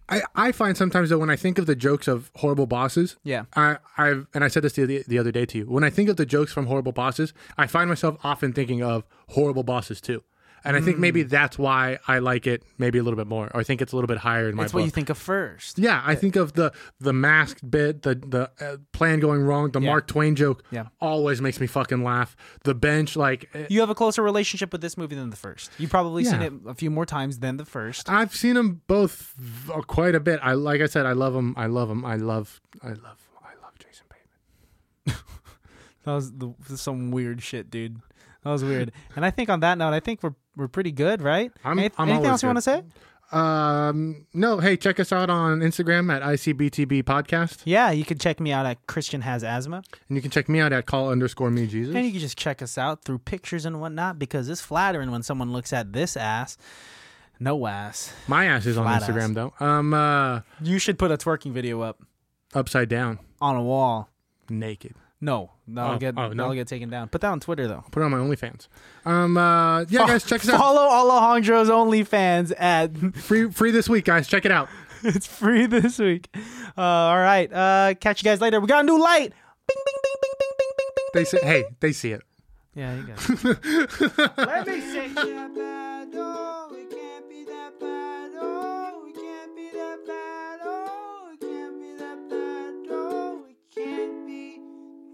[SPEAKER 3] I, I find sometimes though when I think of the jokes of horrible bosses,
[SPEAKER 2] Yeah.
[SPEAKER 3] I I've and I said this the other, the other day to you. When I think of the jokes from horrible bosses, I find myself often thinking of horrible bosses too, and I think
[SPEAKER 2] Mm.
[SPEAKER 3] maybe that's why I like it maybe a little bit more, or I think it's a little bit higher in my
[SPEAKER 2] that's
[SPEAKER 3] book.
[SPEAKER 2] what you think of first.
[SPEAKER 3] Yeah, I think of the the masked bit, the the uh, plan going wrong, the Mark Twain joke.
[SPEAKER 2] Yeah.
[SPEAKER 3] always makes me fucking laugh. The bench, like eh,
[SPEAKER 2] You have a closer relationship with this movie than the first. You've probably seen
[SPEAKER 3] Yeah.
[SPEAKER 2] it a few more times than the first.
[SPEAKER 3] I've seen them both v- quite a bit. I like I said, I love them. I love them. I love I love I love Jason Bateman.
[SPEAKER 2] That was the, some weird shit, dude. That was weird. and I think on that note, I think we're we're pretty good, right?
[SPEAKER 3] I'm-
[SPEAKER 2] Anyth-
[SPEAKER 3] I'm
[SPEAKER 2] anything
[SPEAKER 3] always
[SPEAKER 2] else you
[SPEAKER 3] good.
[SPEAKER 2] want to say?
[SPEAKER 3] Um, no, hey, check us out on Instagram at ICBTB Podcast,
[SPEAKER 2] Yeah, you can check me out at Christian Has Asthma.
[SPEAKER 3] and you can check me out at call underscore me Jesus.
[SPEAKER 2] And you can just check us out through pictures and whatnot because it's flattering when someone looks at this ass. No ass.
[SPEAKER 3] My ass is on
[SPEAKER 2] Flat ass.
[SPEAKER 3] Instagram though. Um, uh,
[SPEAKER 2] You should put a twerking video up
[SPEAKER 3] upside down,
[SPEAKER 2] on a wall.
[SPEAKER 3] naked.
[SPEAKER 2] No, that'll
[SPEAKER 3] Oh,
[SPEAKER 2] get
[SPEAKER 3] oh, no.
[SPEAKER 2] that'll get taken down. Put that on Twitter though.
[SPEAKER 3] Put it on my OnlyFans. Um, uh, yeah, guys, check us out.
[SPEAKER 2] Follow Alejandro's OnlyFans at
[SPEAKER 3] Free free this week, guys. Check it out.
[SPEAKER 2] it's free this week. Uh, all right, uh, catch you guys later. We got a new light. Bing, bing, bing, bing, bing, bing, bing, bing.
[SPEAKER 3] They say, hey, they see it.
[SPEAKER 2] Yeah, you got it.
[SPEAKER 1] that bad. Oh, it can't be that bad. Oh, it can't be that bad. Oh, it can't be that bad. Oh, it can't be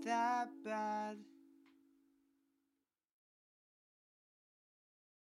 [SPEAKER 1] that bad.